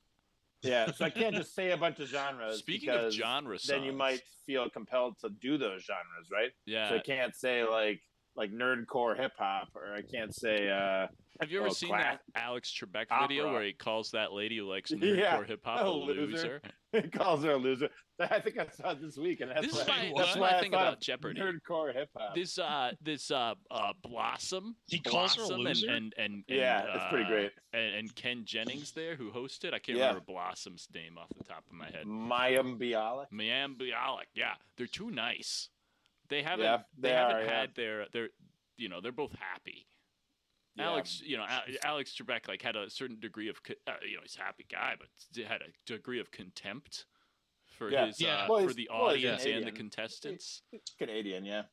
Speaker 2: Yeah, so I can't just say a bunch of genres.
Speaker 1: Speaking of
Speaker 2: because
Speaker 1: genre songs,
Speaker 2: then you might feel compelled to do those genres, right?
Speaker 1: yeah.
Speaker 2: So I can't say like like nerdcore hip hop, or I can't say uh,
Speaker 1: Have you ever
Speaker 2: Oh,
Speaker 1: seen
Speaker 2: class-
Speaker 1: that Alex Trebek video
Speaker 2: opera.
Speaker 1: where he calls that lady who likes nerdcore
Speaker 2: Yeah,
Speaker 1: hip hop a
Speaker 2: a loser.
Speaker 1: loser?
Speaker 2: it calls her a loser. I think I saw it this week, and that's
Speaker 1: This is
Speaker 2: why,
Speaker 1: my,
Speaker 3: Wait,
Speaker 1: this
Speaker 2: that's
Speaker 1: is
Speaker 2: why
Speaker 1: my
Speaker 2: I
Speaker 1: thing
Speaker 2: thought
Speaker 1: about
Speaker 2: of
Speaker 1: Jeopardy.
Speaker 2: nerdcore hip hop.
Speaker 1: This uh, this uh, uh, Blossom.
Speaker 3: He calls her a
Speaker 1: Blossom
Speaker 3: loser?
Speaker 1: And, and, and, and
Speaker 2: Yeah,
Speaker 1: uh,
Speaker 2: it's pretty great.
Speaker 1: And, and Ken Jennings there, who hosted, I can't
Speaker 2: Yeah.
Speaker 1: remember Blossom's name off the top of my head.
Speaker 2: Mayim Bialik.
Speaker 1: Miam Bialik, yeah, they're too nice. They haven't,
Speaker 2: Yeah,
Speaker 1: they,
Speaker 2: they
Speaker 1: haven't
Speaker 2: are, yeah.
Speaker 1: had their, their, you know, they're both happy.
Speaker 2: Yeah.
Speaker 1: Alex, you know, Al- Alex Trebek like had a certain degree of, co- uh, you know, he's a happy guy, but d- had a degree of contempt for
Speaker 2: Yeah.
Speaker 1: his,
Speaker 3: Yeah.
Speaker 1: uh,
Speaker 2: Well,
Speaker 1: for
Speaker 2: he's-
Speaker 1: the
Speaker 2: well, he's
Speaker 1: audience and the
Speaker 2: Canadian.
Speaker 1: contestants.
Speaker 2: Canadian, yeah.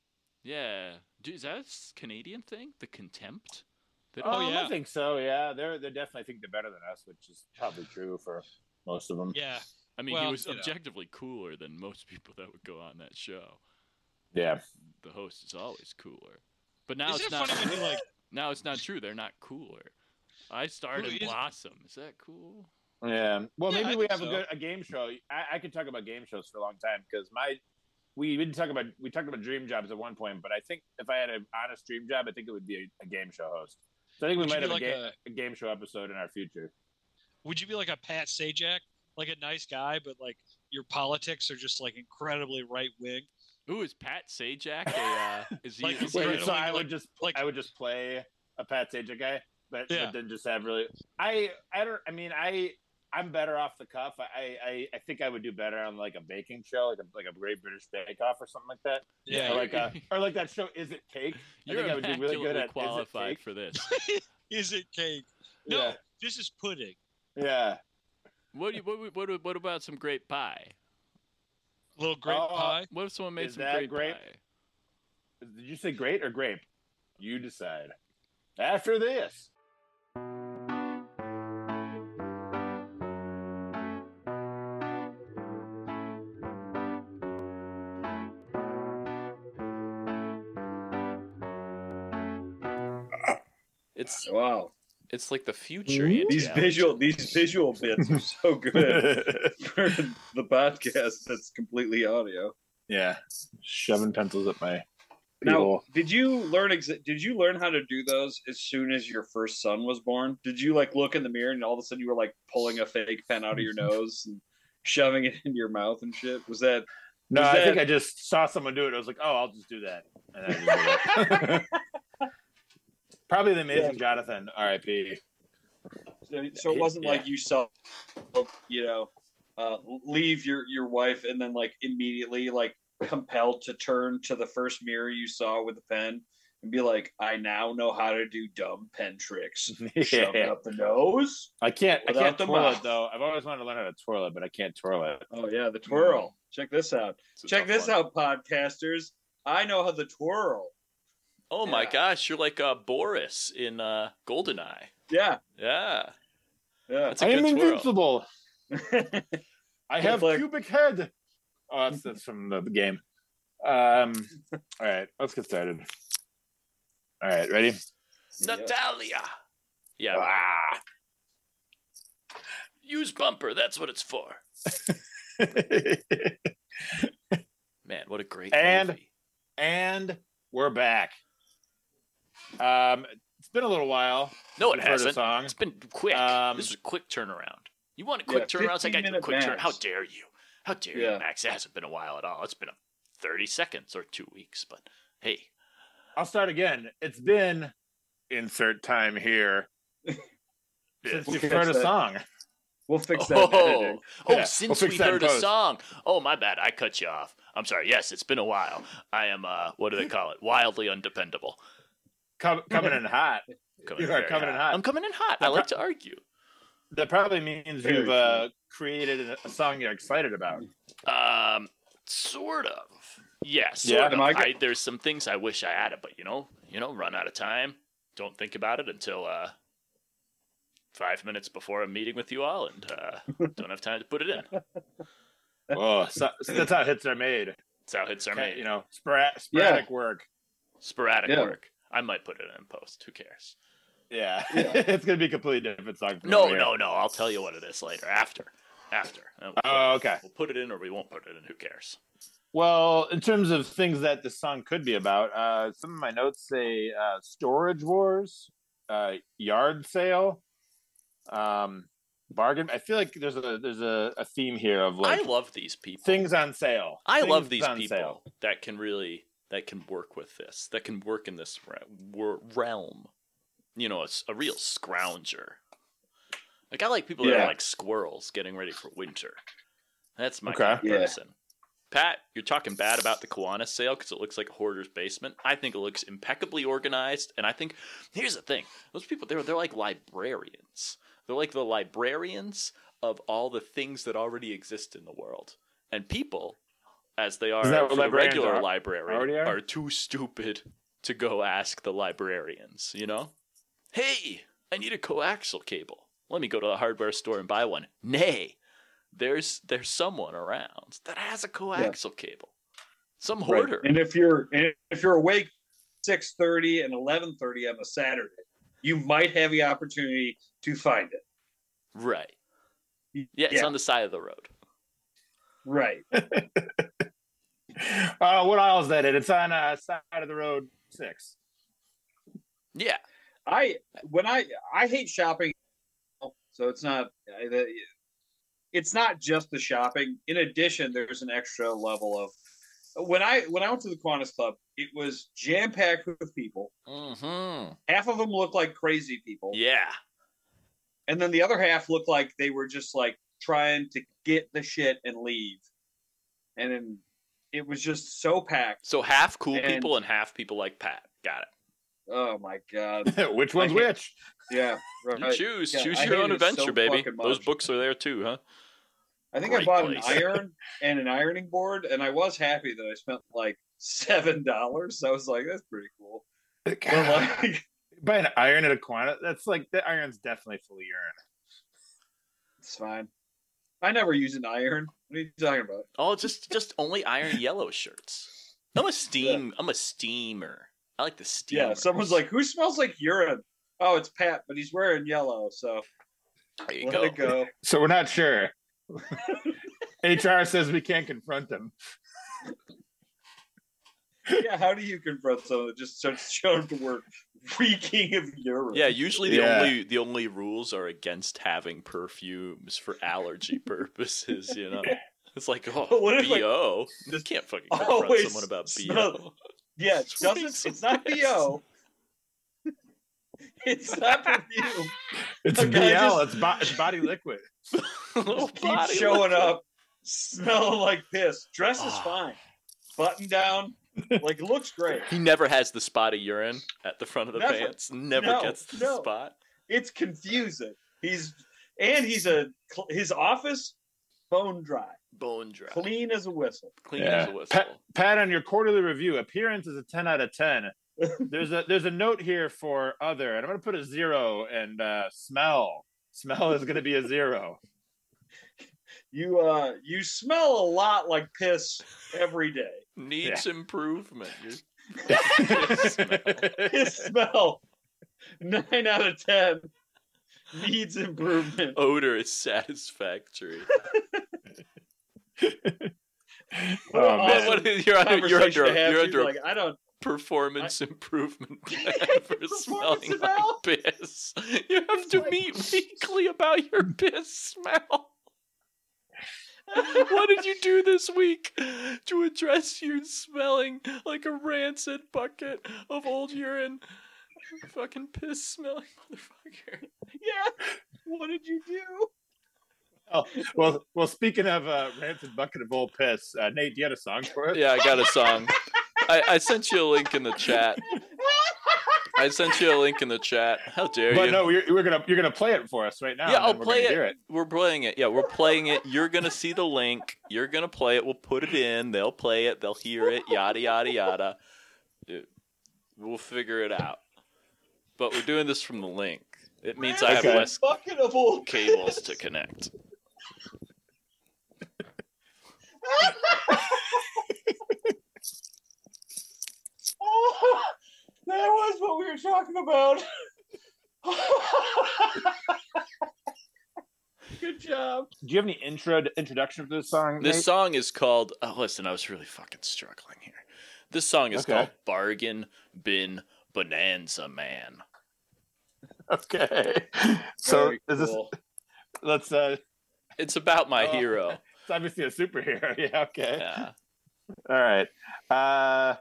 Speaker 1: Yeah, Dude, is that a s- Canadian thing? The contempt? They
Speaker 2: Oh,
Speaker 1: don't-
Speaker 2: um,
Speaker 3: yeah.
Speaker 2: I think so. Yeah, they're they definitely think they're better than us, which is probably true for most of them. Yeah,
Speaker 3: Yeah.
Speaker 1: I mean, he
Speaker 3: well,
Speaker 1: was
Speaker 3: you know.
Speaker 1: objectively cooler than most people that would go on that show. The host is always cooler, but now
Speaker 3: Isn't
Speaker 1: it's
Speaker 3: it
Speaker 1: not.
Speaker 3: funny when you like?
Speaker 1: Now it's not true. They're not cooler. I started
Speaker 3: is-
Speaker 1: Blossom. Is that cool?
Speaker 2: Yeah. Well,
Speaker 3: Yeah,
Speaker 2: maybe
Speaker 3: I
Speaker 2: we
Speaker 3: think
Speaker 2: have a
Speaker 3: so.
Speaker 2: good a game show. I, I could talk about game shows for a long time because my we didn't talk about we talked about dream jobs at one point, but I think if I had an honest dream job, I think it would be a, a game show host. So I think we
Speaker 3: Would
Speaker 2: might
Speaker 3: you
Speaker 2: have
Speaker 3: be like
Speaker 2: a, game,
Speaker 3: a-
Speaker 2: a game show episode in our future.
Speaker 3: Would you be like a Pat Sajak, like a nice guy, but like your politics are just like incredibly right wing?
Speaker 1: Ooh, is Pat Sajak a? Uh, is he?
Speaker 3: Like,
Speaker 1: is he
Speaker 3: Wait,
Speaker 1: a-
Speaker 3: right
Speaker 2: Wait, so
Speaker 3: away,
Speaker 2: I
Speaker 3: like-
Speaker 2: would just
Speaker 3: like-
Speaker 2: I would just play a Pat Sajak guy, but,
Speaker 3: Yeah.
Speaker 2: but then just have really I I don't I mean I I'm better off the cuff. I, I I think I would do better on like a baking show, like a like a Great British Bake Off or something like that,
Speaker 1: Yeah,
Speaker 2: or like uh or like that show Is It Cake? I
Speaker 1: You're
Speaker 2: think I would do really
Speaker 1: immaculately
Speaker 2: good at- is it
Speaker 1: qualified
Speaker 2: cake?
Speaker 1: for this.
Speaker 3: Is it cake? No, this is pudding.
Speaker 2: Yeah, yeah.
Speaker 1: What, do you, what, would- what, would- what about some grape pie?
Speaker 3: Little grape
Speaker 2: Oh,
Speaker 3: pie.
Speaker 1: What if someone made
Speaker 2: Is
Speaker 1: some
Speaker 2: that
Speaker 1: grape,
Speaker 2: grape?
Speaker 1: pie?
Speaker 2: Did you say great or grape? You decide. After this.
Speaker 1: It's
Speaker 4: Wow.
Speaker 1: it's like the future. Ian
Speaker 4: These
Speaker 1: Gallagher.
Speaker 4: visual these visual bits are so good for the podcast that's completely audio.
Speaker 2: yeah. Shoving pencils at my
Speaker 4: Now, did you learn ex- did you learn how to do those as soon as your first son was born? Did you like look in the mirror and all of a sudden you were like pulling a fake pen out of your nose and shoving it in your mouth and shit? Was that
Speaker 2: No,
Speaker 4: Is
Speaker 2: I
Speaker 4: that-
Speaker 2: think I just saw someone do it. I was like, oh, I'll just do that. And I just did it. Probably the amazing Jonathan, RIP.
Speaker 4: so it wasn't
Speaker 2: Yeah.
Speaker 4: like you saw you know uh, leave your your wife and then like immediately like compelled to turn to the first mirror you saw with the pen and be like i now know how to do dumb pen tricks shove it
Speaker 2: Yeah.
Speaker 4: up the nose
Speaker 2: I can't. I
Speaker 4: Without
Speaker 2: can't
Speaker 4: the
Speaker 2: twirl
Speaker 4: mouth.
Speaker 2: it though. I've always wanted to learn how to twirl it, but I can't twirl it.
Speaker 4: oh yeah the twirl check this out
Speaker 1: It's a
Speaker 4: check
Speaker 1: tough
Speaker 4: this
Speaker 1: one.
Speaker 4: out podcasters i know how the twirl
Speaker 1: Oh my
Speaker 4: Yeah.
Speaker 1: gosh, you're like uh, Boris in uh, Goldeneye.
Speaker 4: yeah
Speaker 1: Yeah,
Speaker 4: yeah
Speaker 1: That's a good twirl.
Speaker 2: I
Speaker 4: It's
Speaker 2: have
Speaker 4: like-
Speaker 2: cubic head. Oh, that's, that's from the game. Um. All right, let's get started. All right, ready?
Speaker 1: Natalia. Yeah,
Speaker 2: Ah.
Speaker 1: use bumper. That's what it's for. Man, what a great
Speaker 2: And-
Speaker 1: movie.
Speaker 2: and we're back. Um, it's been a little while.
Speaker 1: No, it
Speaker 2: since I've heard a
Speaker 1: hasn't.
Speaker 2: song.
Speaker 1: It's been quick.
Speaker 2: Um,
Speaker 1: this is a quick turnaround. You want a quick
Speaker 4: Yeah,
Speaker 1: turnaround? It's like I
Speaker 4: 15
Speaker 1: do a
Speaker 4: minute
Speaker 1: quick turn.
Speaker 4: max.
Speaker 1: How dare you? How dare
Speaker 4: Yeah.
Speaker 1: you, Max? It hasn't been a while at all. It's been a 30 seconds or two weeks, but hey.
Speaker 2: I'll start again. It's been insert time here since
Speaker 4: We'll
Speaker 2: you've
Speaker 4: fix
Speaker 2: heard a
Speaker 4: that.
Speaker 2: song.
Speaker 4: we'll fix that in
Speaker 1: Oh,
Speaker 4: editing.
Speaker 1: oh
Speaker 2: Yeah, we'll
Speaker 1: since
Speaker 2: fix
Speaker 1: we
Speaker 2: that in
Speaker 1: heard a
Speaker 2: post.
Speaker 1: song. Oh, my bad. I cut you off. I'm sorry. Yes, it's been a while. I am, uh, what do they call it? Wildly undependable.
Speaker 2: Com- coming in hot.
Speaker 1: Coming
Speaker 2: You are
Speaker 1: very
Speaker 2: coming in hot.
Speaker 1: I'm coming in hot. I like to argue.
Speaker 2: That probably means
Speaker 4: Very
Speaker 2: you've uh, created a, a song you're excited about.
Speaker 1: Um, sort of. Yeah,
Speaker 2: Yeah,
Speaker 1: sort
Speaker 4: am
Speaker 1: of.
Speaker 4: I go-
Speaker 1: I, there's some things I wish I added, but you know, you know, run out of time. Don't think about it until uh, five minutes before a meeting with you all, and uh, don't have time to put it in.
Speaker 2: Oh, so, so that's how hits are made.
Speaker 1: That's how hits are
Speaker 2: Kinda,
Speaker 1: made.
Speaker 2: You know, spora- sporadic work.
Speaker 1: Sporadic
Speaker 4: Yeah.
Speaker 1: work. I might put it in post. Who cares?
Speaker 2: Yeah,
Speaker 4: Yeah.
Speaker 2: it's gonna be a completely different song. from
Speaker 1: No,
Speaker 2: over here.
Speaker 1: no, no. I'll tell you what it is later. After. after. And we'll
Speaker 2: Oh,
Speaker 1: put it-
Speaker 2: okay.
Speaker 1: We'll put it in or we won't put it in. Who cares?
Speaker 2: Well, in terms of things that the song could be about, uh, some of my notes say uh, storage wars, uh, yard sale, um, bargain. I feel like there's a there's a, a theme here of like
Speaker 1: I love these people.
Speaker 2: things on sale.
Speaker 1: I love
Speaker 2: Things
Speaker 1: these
Speaker 2: on
Speaker 1: people
Speaker 2: sale.
Speaker 1: that can really that can work with this. That can work in this ra- wor- realm. You know, a, s- a real scrounger. Like I like people that
Speaker 3: Yeah.
Speaker 1: are like squirrels getting ready for winter. That's my
Speaker 2: Okay.
Speaker 1: kind of
Speaker 3: Yeah.
Speaker 1: person. Pat, you're talking bad about the Kiwanis sale because it looks like a hoarder's basement. I think it looks impeccably organized, and I think here's the thing: those people they're they're like librarians. They're like the librarians of all the things that already exist in the world, and people, as they are
Speaker 2: Is that what
Speaker 1: for the
Speaker 2: librarians
Speaker 1: regular
Speaker 2: are-
Speaker 1: library,
Speaker 2: already are?
Speaker 1: too stupid to go ask the librarians. You know, hey, I need a coaxial cable. Let me go to the hardware store and buy one. Nay, there's there's someone around that has a coaxial cable. Some
Speaker 3: Right.
Speaker 1: hoarder.
Speaker 3: And if you're and if you're awake six thirty and eleven thirty on a Saturday, you might have the opportunity to find it.
Speaker 1: Right.
Speaker 3: Y-
Speaker 1: Yeah, it's
Speaker 3: yeah.
Speaker 1: on the side of the road.
Speaker 3: Right.
Speaker 2: Uh, what aisle is that in? It's on uh, side of the road six.
Speaker 1: Yeah.
Speaker 3: I when I I hate shopping, so it's not I- the- it's not just the shopping. In addition, there's an extra level of when I when I went to the Qantas Club, it was jam packed with people.
Speaker 1: Mm-hmm.
Speaker 3: Half of them looked like crazy people,
Speaker 1: Yeah.
Speaker 3: and then the other half looked like they were just like trying to get the shit and leave. And then it was just so packed.
Speaker 1: So half cool
Speaker 3: And-
Speaker 1: people and half people like Pat. Got it.
Speaker 3: Oh my god!
Speaker 2: which one's
Speaker 3: hate-
Speaker 2: which?
Speaker 3: Yeah,
Speaker 1: You
Speaker 3: right.
Speaker 1: choose.
Speaker 3: Yeah,
Speaker 1: choose
Speaker 3: I
Speaker 1: your
Speaker 3: hate
Speaker 1: own
Speaker 3: it so
Speaker 1: adventure, baby.
Speaker 3: fucking
Speaker 1: Those
Speaker 3: much.
Speaker 1: books are there too, huh?
Speaker 3: I think I
Speaker 1: Great
Speaker 3: bought
Speaker 1: place.
Speaker 3: an iron and an ironing board, and I was happy that I spent like seven dollars. I was like, that's pretty cool. But like,
Speaker 2: By an iron at a quanta. That's like that iron's definitely full of urine.
Speaker 3: it's fine. I never use an iron. What are you talking about?
Speaker 1: Oh, just just only iron yellow shirts. I'm a steam. I'm a steamer. I like the steam.
Speaker 3: Yeah, someone's like, who smells like urine? Oh, it's Pat, but he's wearing yellow, so
Speaker 1: there you
Speaker 3: let
Speaker 1: go.
Speaker 3: it go.
Speaker 2: So we're not sure. HR says we can't confront them.
Speaker 3: Yeah, how do you confront someone that just starts showing up to work reeking of urine?
Speaker 1: Yeah, usually the
Speaker 2: Yeah.
Speaker 1: only the only rules are against having perfumes for allergy purposes. You know, it's like oh,
Speaker 3: But what if, like,
Speaker 1: bo. you
Speaker 3: this
Speaker 1: can't fucking confront
Speaker 3: always
Speaker 1: someone about bo.
Speaker 3: smell- Yeah, it doesn't
Speaker 1: Sweet
Speaker 3: it's not
Speaker 1: surprise.
Speaker 3: BO. It's not perfume.
Speaker 2: It's
Speaker 3: Okay, I
Speaker 2: BL.
Speaker 3: just-
Speaker 2: It's, bo- it's body liquid.
Speaker 1: Little
Speaker 3: keep
Speaker 1: body
Speaker 3: showing
Speaker 1: liquor.
Speaker 3: up, smelling like piss. Dress is
Speaker 1: Ah.
Speaker 3: fine, button down, like looks great.
Speaker 1: He never has the spot of urine at the front of the
Speaker 3: Never.
Speaker 1: pants. Never
Speaker 3: No,
Speaker 1: gets the
Speaker 3: no.
Speaker 1: spot.
Speaker 3: It's confusing. He's and he's a cl- his office bone dry,
Speaker 1: Bone dry, clean,
Speaker 3: clean as a whistle.
Speaker 1: as
Speaker 2: Yeah.
Speaker 1: a whistle.
Speaker 2: Pat, Pat, on your quarterly review, appearance is a ten out of ten. There's a there's a note here for other, and I'm gonna put a zero. And uh, smell, smell is gonna be a zero.
Speaker 3: You uh you smell a lot like piss every day.
Speaker 1: Needs improvement. You're-
Speaker 3: His smell nine out of ten needs improvement.
Speaker 1: Odor is satisfactory.
Speaker 2: oh
Speaker 3: Awesome.
Speaker 1: Well,
Speaker 2: man,
Speaker 1: what is- you're under, you're
Speaker 3: Conversation
Speaker 1: under,
Speaker 3: to have,
Speaker 1: you're
Speaker 3: she's
Speaker 1: under a
Speaker 3: like I don't
Speaker 1: performance improvement plan for
Speaker 3: Performance
Speaker 1: smelling
Speaker 3: eval?
Speaker 1: like piss. You have to
Speaker 3: like-
Speaker 1: meet weekly about your piss smell. what did you do this week to address you smelling like a rancid bucket of old urine? Fucking piss smelling motherfucker.
Speaker 3: yeah. What did you do?
Speaker 2: well, well. Speaking of uh, rancid bucket of old piss, uh, Nate, do you have a song for us?
Speaker 1: Yeah, I got a song. I, I sent you a link in the chat. I sent you a link in the chat. How dare
Speaker 2: But
Speaker 1: you?
Speaker 2: no, we're, we're gonna you're gonna play it for us right now.
Speaker 1: Yeah,
Speaker 2: and then
Speaker 1: I'll
Speaker 2: we're
Speaker 1: play
Speaker 2: gonna
Speaker 1: it.
Speaker 2: hear it.
Speaker 1: We're playing it. Yeah, we're playing it. You're gonna see the link. You're gonna play it. We'll put it in. They'll play it. They'll hear it. Yada yada yada. Dude, we'll figure it out. But we're doing this from the link. It means I have
Speaker 2: Okay.
Speaker 1: less
Speaker 3: bucket of old
Speaker 1: cables to connect.
Speaker 3: Oh, that was what we were talking about.
Speaker 2: Good job. Do you have any intro introduction to this song?
Speaker 1: This
Speaker 2: Nate?
Speaker 1: song is called. Oh, listen, I was really fucking struggling here. This song is
Speaker 2: Okay.
Speaker 1: called "Bargain Bin Bonanza Man."
Speaker 2: Okay. So
Speaker 4: Very
Speaker 2: is this?
Speaker 4: cool.
Speaker 2: Let's. uh
Speaker 1: It's about my
Speaker 2: Oh.
Speaker 1: hero.
Speaker 2: It's obviously a superhero. Yeah. Okay.
Speaker 1: Yeah.
Speaker 2: All right. Uh,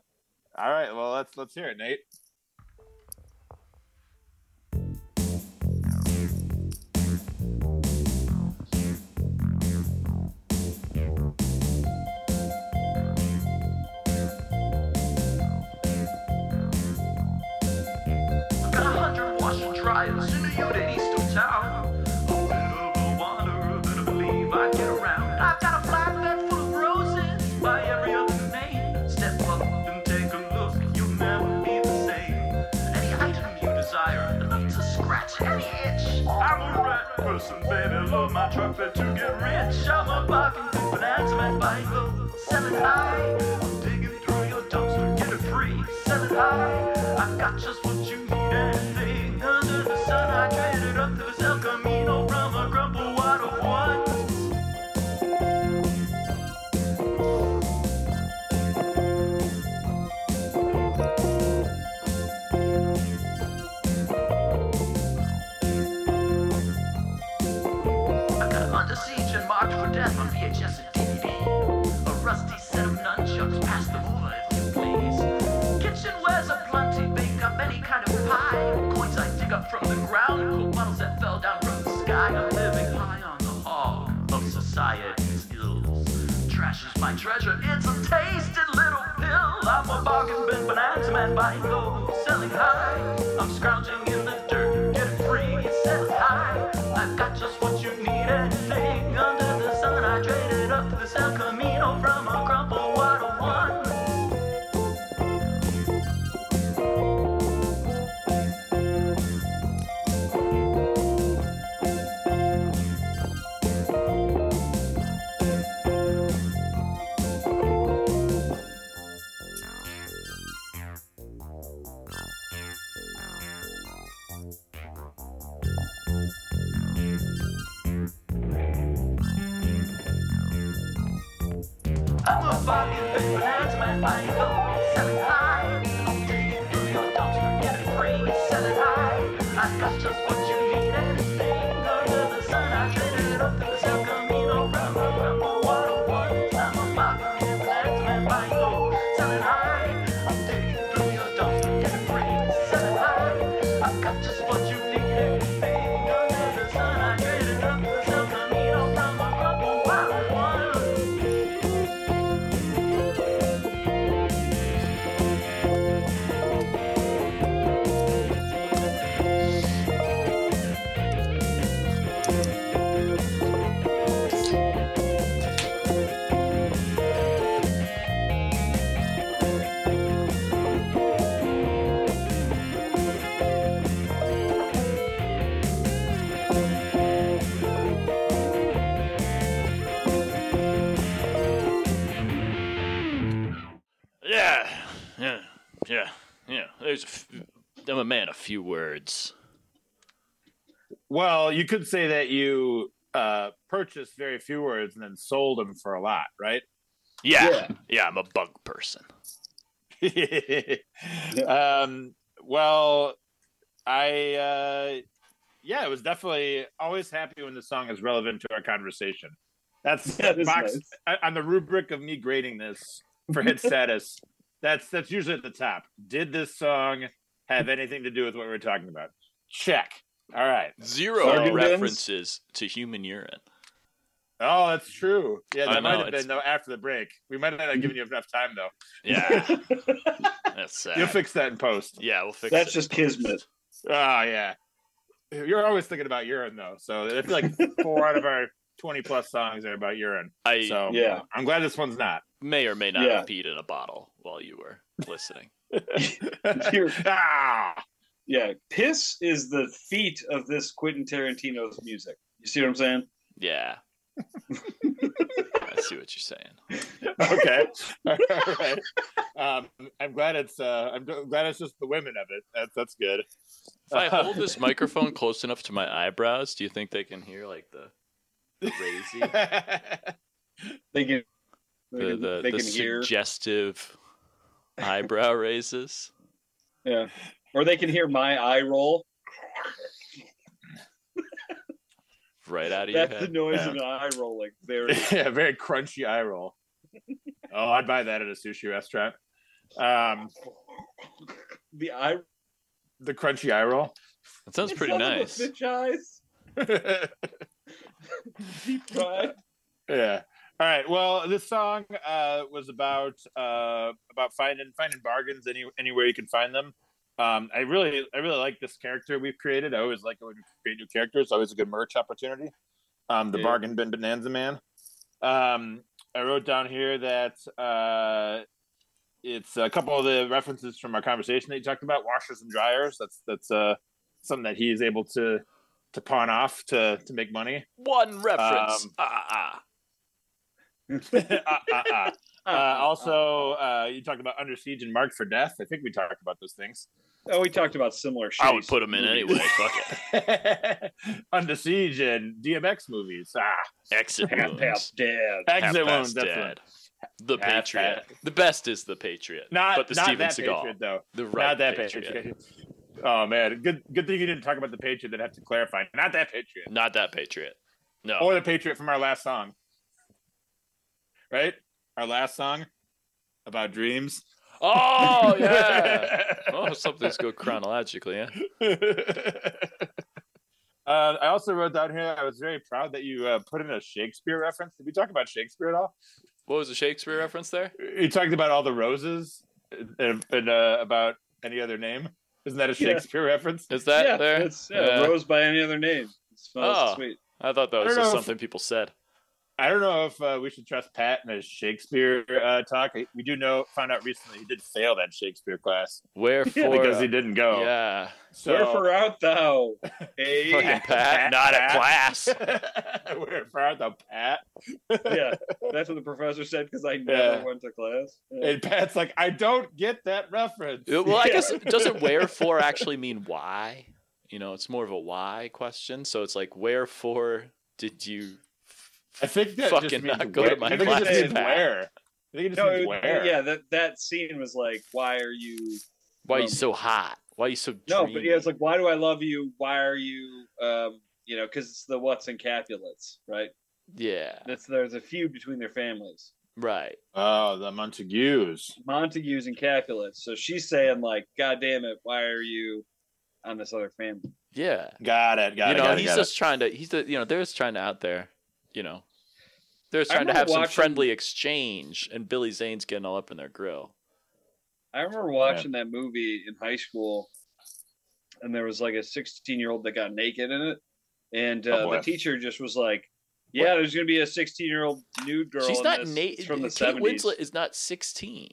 Speaker 2: all right. Well, let's let's hear it, Nate.
Speaker 5: Got a hundred washing dryers in a unit east of town. A bit of a wanderer, but I believe I get around. I've got a flat bed full of roses by every other name. Step up and take a look, you'll never be the same. Any item you desire, enough to scratch any itch. I'm a rat person, baby, love my truck bed to get rich. I'm a bargain bin bonanza man, buying low, selling high. I'm digging through your dumpster, get it free, sell it high. I've got just what you need, anything under the sun. I traded up to this El Camino from a grumble water once. I got under siege and marked for death on VHS and DVD. A rusty set of nunchucks, pass them over if you please. Kitchenwares are plenty, bake up any kind of pie. Coins I dig up from the ground, cool bottles that fell down from the sky. I'm living high on the hog of society's ills. Trash is my treasure, it's a tasty little pill. I'm a bargain bin bonanza man, buying low, selling high. I'm scrounging in the dirt, get it free, sell it high. I've got just what you need, anything under the sun. I traded up to this El Camino from a crumple water one. I'm a fucking big man's man. I go sell it high. I'm digging through your dumpster, get it free, sell it high. I got just what you need, anything under the sun. I traded it up to the El Camino from a grandma water once. I'm a fucking big man's man. I go sell it high. I'm digging through your dumpster, get it free, sell it high. I got just what you need, anything under the sun. I traded it up to the El Camino from a grandma water once.
Speaker 1: Yeah. Yeah. Yeah. Yeah. There's. A f- I'm a man of few words.
Speaker 2: Well, you could say that you uh, purchased very few words and then sold them for a lot, right?
Speaker 1: Yeah. Yeah.
Speaker 4: Yeah.
Speaker 1: I'm a bug person.
Speaker 2: um, well, I uh, yeah, it was definitely always happy when the song is relevant to our conversation. That's
Speaker 4: That is
Speaker 2: box
Speaker 4: nice.
Speaker 2: I- on the rubric of me grading this for hit status. That's that's usually at the top. Did this song have anything to do with what we were talking about? Check. All right.
Speaker 1: Zero
Speaker 4: Bargain bins?
Speaker 1: references to human urine.
Speaker 2: Oh, that's true. Yeah,
Speaker 1: I
Speaker 2: that
Speaker 1: know,
Speaker 2: might have
Speaker 1: it's-
Speaker 2: been though after the break. We might not have given you enough time though.
Speaker 1: Yeah. That's sad.
Speaker 2: You'll fix that in post.
Speaker 1: yeah, we'll fix
Speaker 4: That's
Speaker 1: it.
Speaker 4: just kismet.
Speaker 2: Oh yeah. You're always thinking about urine though. So it's like four out of our twenty plus songs are about urine.
Speaker 1: I
Speaker 2: So
Speaker 4: Yeah.
Speaker 2: I'm glad this one's not.
Speaker 1: may or may not
Speaker 4: Yeah.
Speaker 1: have peed in a bottle while you were listening.
Speaker 4: You're-
Speaker 2: ah
Speaker 4: yeah, piss is the feet of this Quentin Tarantino's music. You see what I'm saying?
Speaker 1: Yeah. I see what you're saying.
Speaker 2: okay. All right. Um, I'm glad it's uh I'm gl- glad it's just the women of it. That's that's good.
Speaker 1: If I hold this microphone close enough to my eyebrows, do you think they can hear like the crazy.
Speaker 3: They can, they
Speaker 1: the
Speaker 3: can,
Speaker 1: the,
Speaker 3: they
Speaker 1: the
Speaker 3: can hear,
Speaker 1: suggestive eyebrow raises.
Speaker 3: or they can hear my eye roll.
Speaker 1: Right out of your
Speaker 3: That's the
Speaker 1: head.
Speaker 3: noise
Speaker 2: Yeah.
Speaker 3: of an eye rolling. Very
Speaker 2: yeah, very crunchy eye roll. Oh, I'd buy that at a sushi restaurant. Um,
Speaker 3: the eye.
Speaker 2: the crunchy eye roll.
Speaker 1: That sounds
Speaker 3: It's
Speaker 1: pretty
Speaker 3: not the
Speaker 1: nice.
Speaker 3: Bitch eyes. Deep fried.
Speaker 2: yeah. All right. Well, this song uh, was about uh, about finding finding bargains any anywhere you can find them. Um, I really I really like this character we've created. I always like it when we create new characters. Always a good merch opportunity. Um, the
Speaker 3: Yeah.
Speaker 2: bargain bin bonanza man. Um, I wrote down here that uh, it's a couple of the references from our conversation that you talked about washers and dryers. That's that's uh, something that he is able to to pawn off to to make money.
Speaker 1: One reference.
Speaker 2: Um,
Speaker 1: ah, ah.
Speaker 2: Ah, ah, ah.
Speaker 1: Oh,
Speaker 2: Uh, also, uh, you talked about Under Siege and Marked for Death. I think we talked about those things.
Speaker 3: oh, we talked about similar.
Speaker 1: I would
Speaker 3: shitty
Speaker 1: put him in
Speaker 3: movies.
Speaker 1: anyway. Fuck it.
Speaker 2: Under Siege and DMX movies. Ah,
Speaker 1: Exit
Speaker 3: Half
Speaker 1: wounds.
Speaker 3: past dead.
Speaker 2: Exit
Speaker 1: Half-past
Speaker 2: Wounds. That's one.
Speaker 1: Dead. The
Speaker 2: Half-past.
Speaker 1: Patriot. The best is the Patriot.
Speaker 2: Not,
Speaker 1: but the
Speaker 2: not
Speaker 1: Steven
Speaker 2: that
Speaker 1: Seagal.
Speaker 2: Patriot, though.
Speaker 1: The right
Speaker 2: not that
Speaker 1: Patriot.
Speaker 2: Patriot. Oh man, good good thing you didn't talk about the Patriot. That I have to clarify. Not that Patriot,
Speaker 1: Not that Patriot. No.
Speaker 2: or the Patriot from our last song. Right, our last song about dreams.
Speaker 1: oh yeah. oh, something's go chronologically. Yeah.
Speaker 2: Uh, I also wrote down here. I was very proud that you uh, put in a Shakespeare reference. Did we talk about Shakespeare at all?
Speaker 1: What was the Shakespeare reference there?
Speaker 2: You talked about all the roses and, and uh, about any other name. Isn't that a
Speaker 3: Yeah.
Speaker 2: Shakespeare reference?
Speaker 1: Is that
Speaker 3: yeah,
Speaker 1: there?
Speaker 3: It's, yeah,
Speaker 1: Yeah.
Speaker 3: Rose by any other name. It's fun.
Speaker 1: Oh.
Speaker 3: It's sweet.
Speaker 1: I thought that
Speaker 2: I
Speaker 1: was
Speaker 2: don't
Speaker 1: just
Speaker 2: know if-
Speaker 1: something people said.
Speaker 2: I don't know if uh, we should trust Pat in his Shakespeare uh, talk. We do know found out recently he did fail that Shakespeare class
Speaker 1: Wherefore?
Speaker 2: because he didn't go.
Speaker 1: uh, Yeah.
Speaker 2: So,
Speaker 3: Wherefore out thou?
Speaker 1: Fucking
Speaker 3: Eh?
Speaker 1: Pat. Not a
Speaker 2: Pat.
Speaker 1: class.
Speaker 2: we're proud of Pat.
Speaker 3: yeah, that's what the professor said because I never
Speaker 2: Yeah.
Speaker 3: went to class. Yeah.
Speaker 2: And Pat's like, I don't get that reference.
Speaker 1: Yeah, Uh, Well, I guess doesn't wherefore actually mean why? You know, it's more of a why question. So it's like, wherefore did you?
Speaker 2: I think that
Speaker 1: fucking
Speaker 2: just means
Speaker 1: not go to
Speaker 2: where-
Speaker 1: my
Speaker 2: I think it
Speaker 3: class,
Speaker 2: just means
Speaker 1: Pat.
Speaker 2: where. I think it just
Speaker 3: no,
Speaker 2: means
Speaker 3: it-
Speaker 2: where.
Speaker 3: yeah, that that scene was like, why are you?
Speaker 1: Why are you
Speaker 3: Um,
Speaker 1: so hot? Why are you so?
Speaker 3: No, but yeah,
Speaker 1: dreamy?
Speaker 3: it's like, why do I love you? Why are you? Um, you know, because it's the Watts and Capulets, right?
Speaker 1: yeah,
Speaker 3: That's there's a feud between their families,
Speaker 1: right.
Speaker 2: Oh, the Montagues.
Speaker 3: Montagues and Capulets. So she's saying like, God damn it, why are you on this other family?
Speaker 1: Yeah,
Speaker 2: Got it. Got
Speaker 1: you
Speaker 2: it.
Speaker 1: know,
Speaker 2: got it,
Speaker 1: he's
Speaker 2: got it.
Speaker 1: just trying to. He's the, you know, they're just trying to out there. You know, they're just
Speaker 3: I
Speaker 1: trying to
Speaker 3: remember
Speaker 1: have some
Speaker 3: watching-
Speaker 1: friendly exchange, and Billy Zane's getting all up in their grill.
Speaker 3: I remember watching that movie in high school, and there was like a 16 year old that got naked in it, and uh,
Speaker 2: Oh, boy.
Speaker 3: the teacher just was like, "Yeah, there's gonna be a 16 year old nude girl."
Speaker 1: She's
Speaker 3: in
Speaker 1: not
Speaker 3: this.
Speaker 1: Nate
Speaker 3: It's from the
Speaker 1: Kate
Speaker 3: 70s.
Speaker 1: Winslet is not sixteen.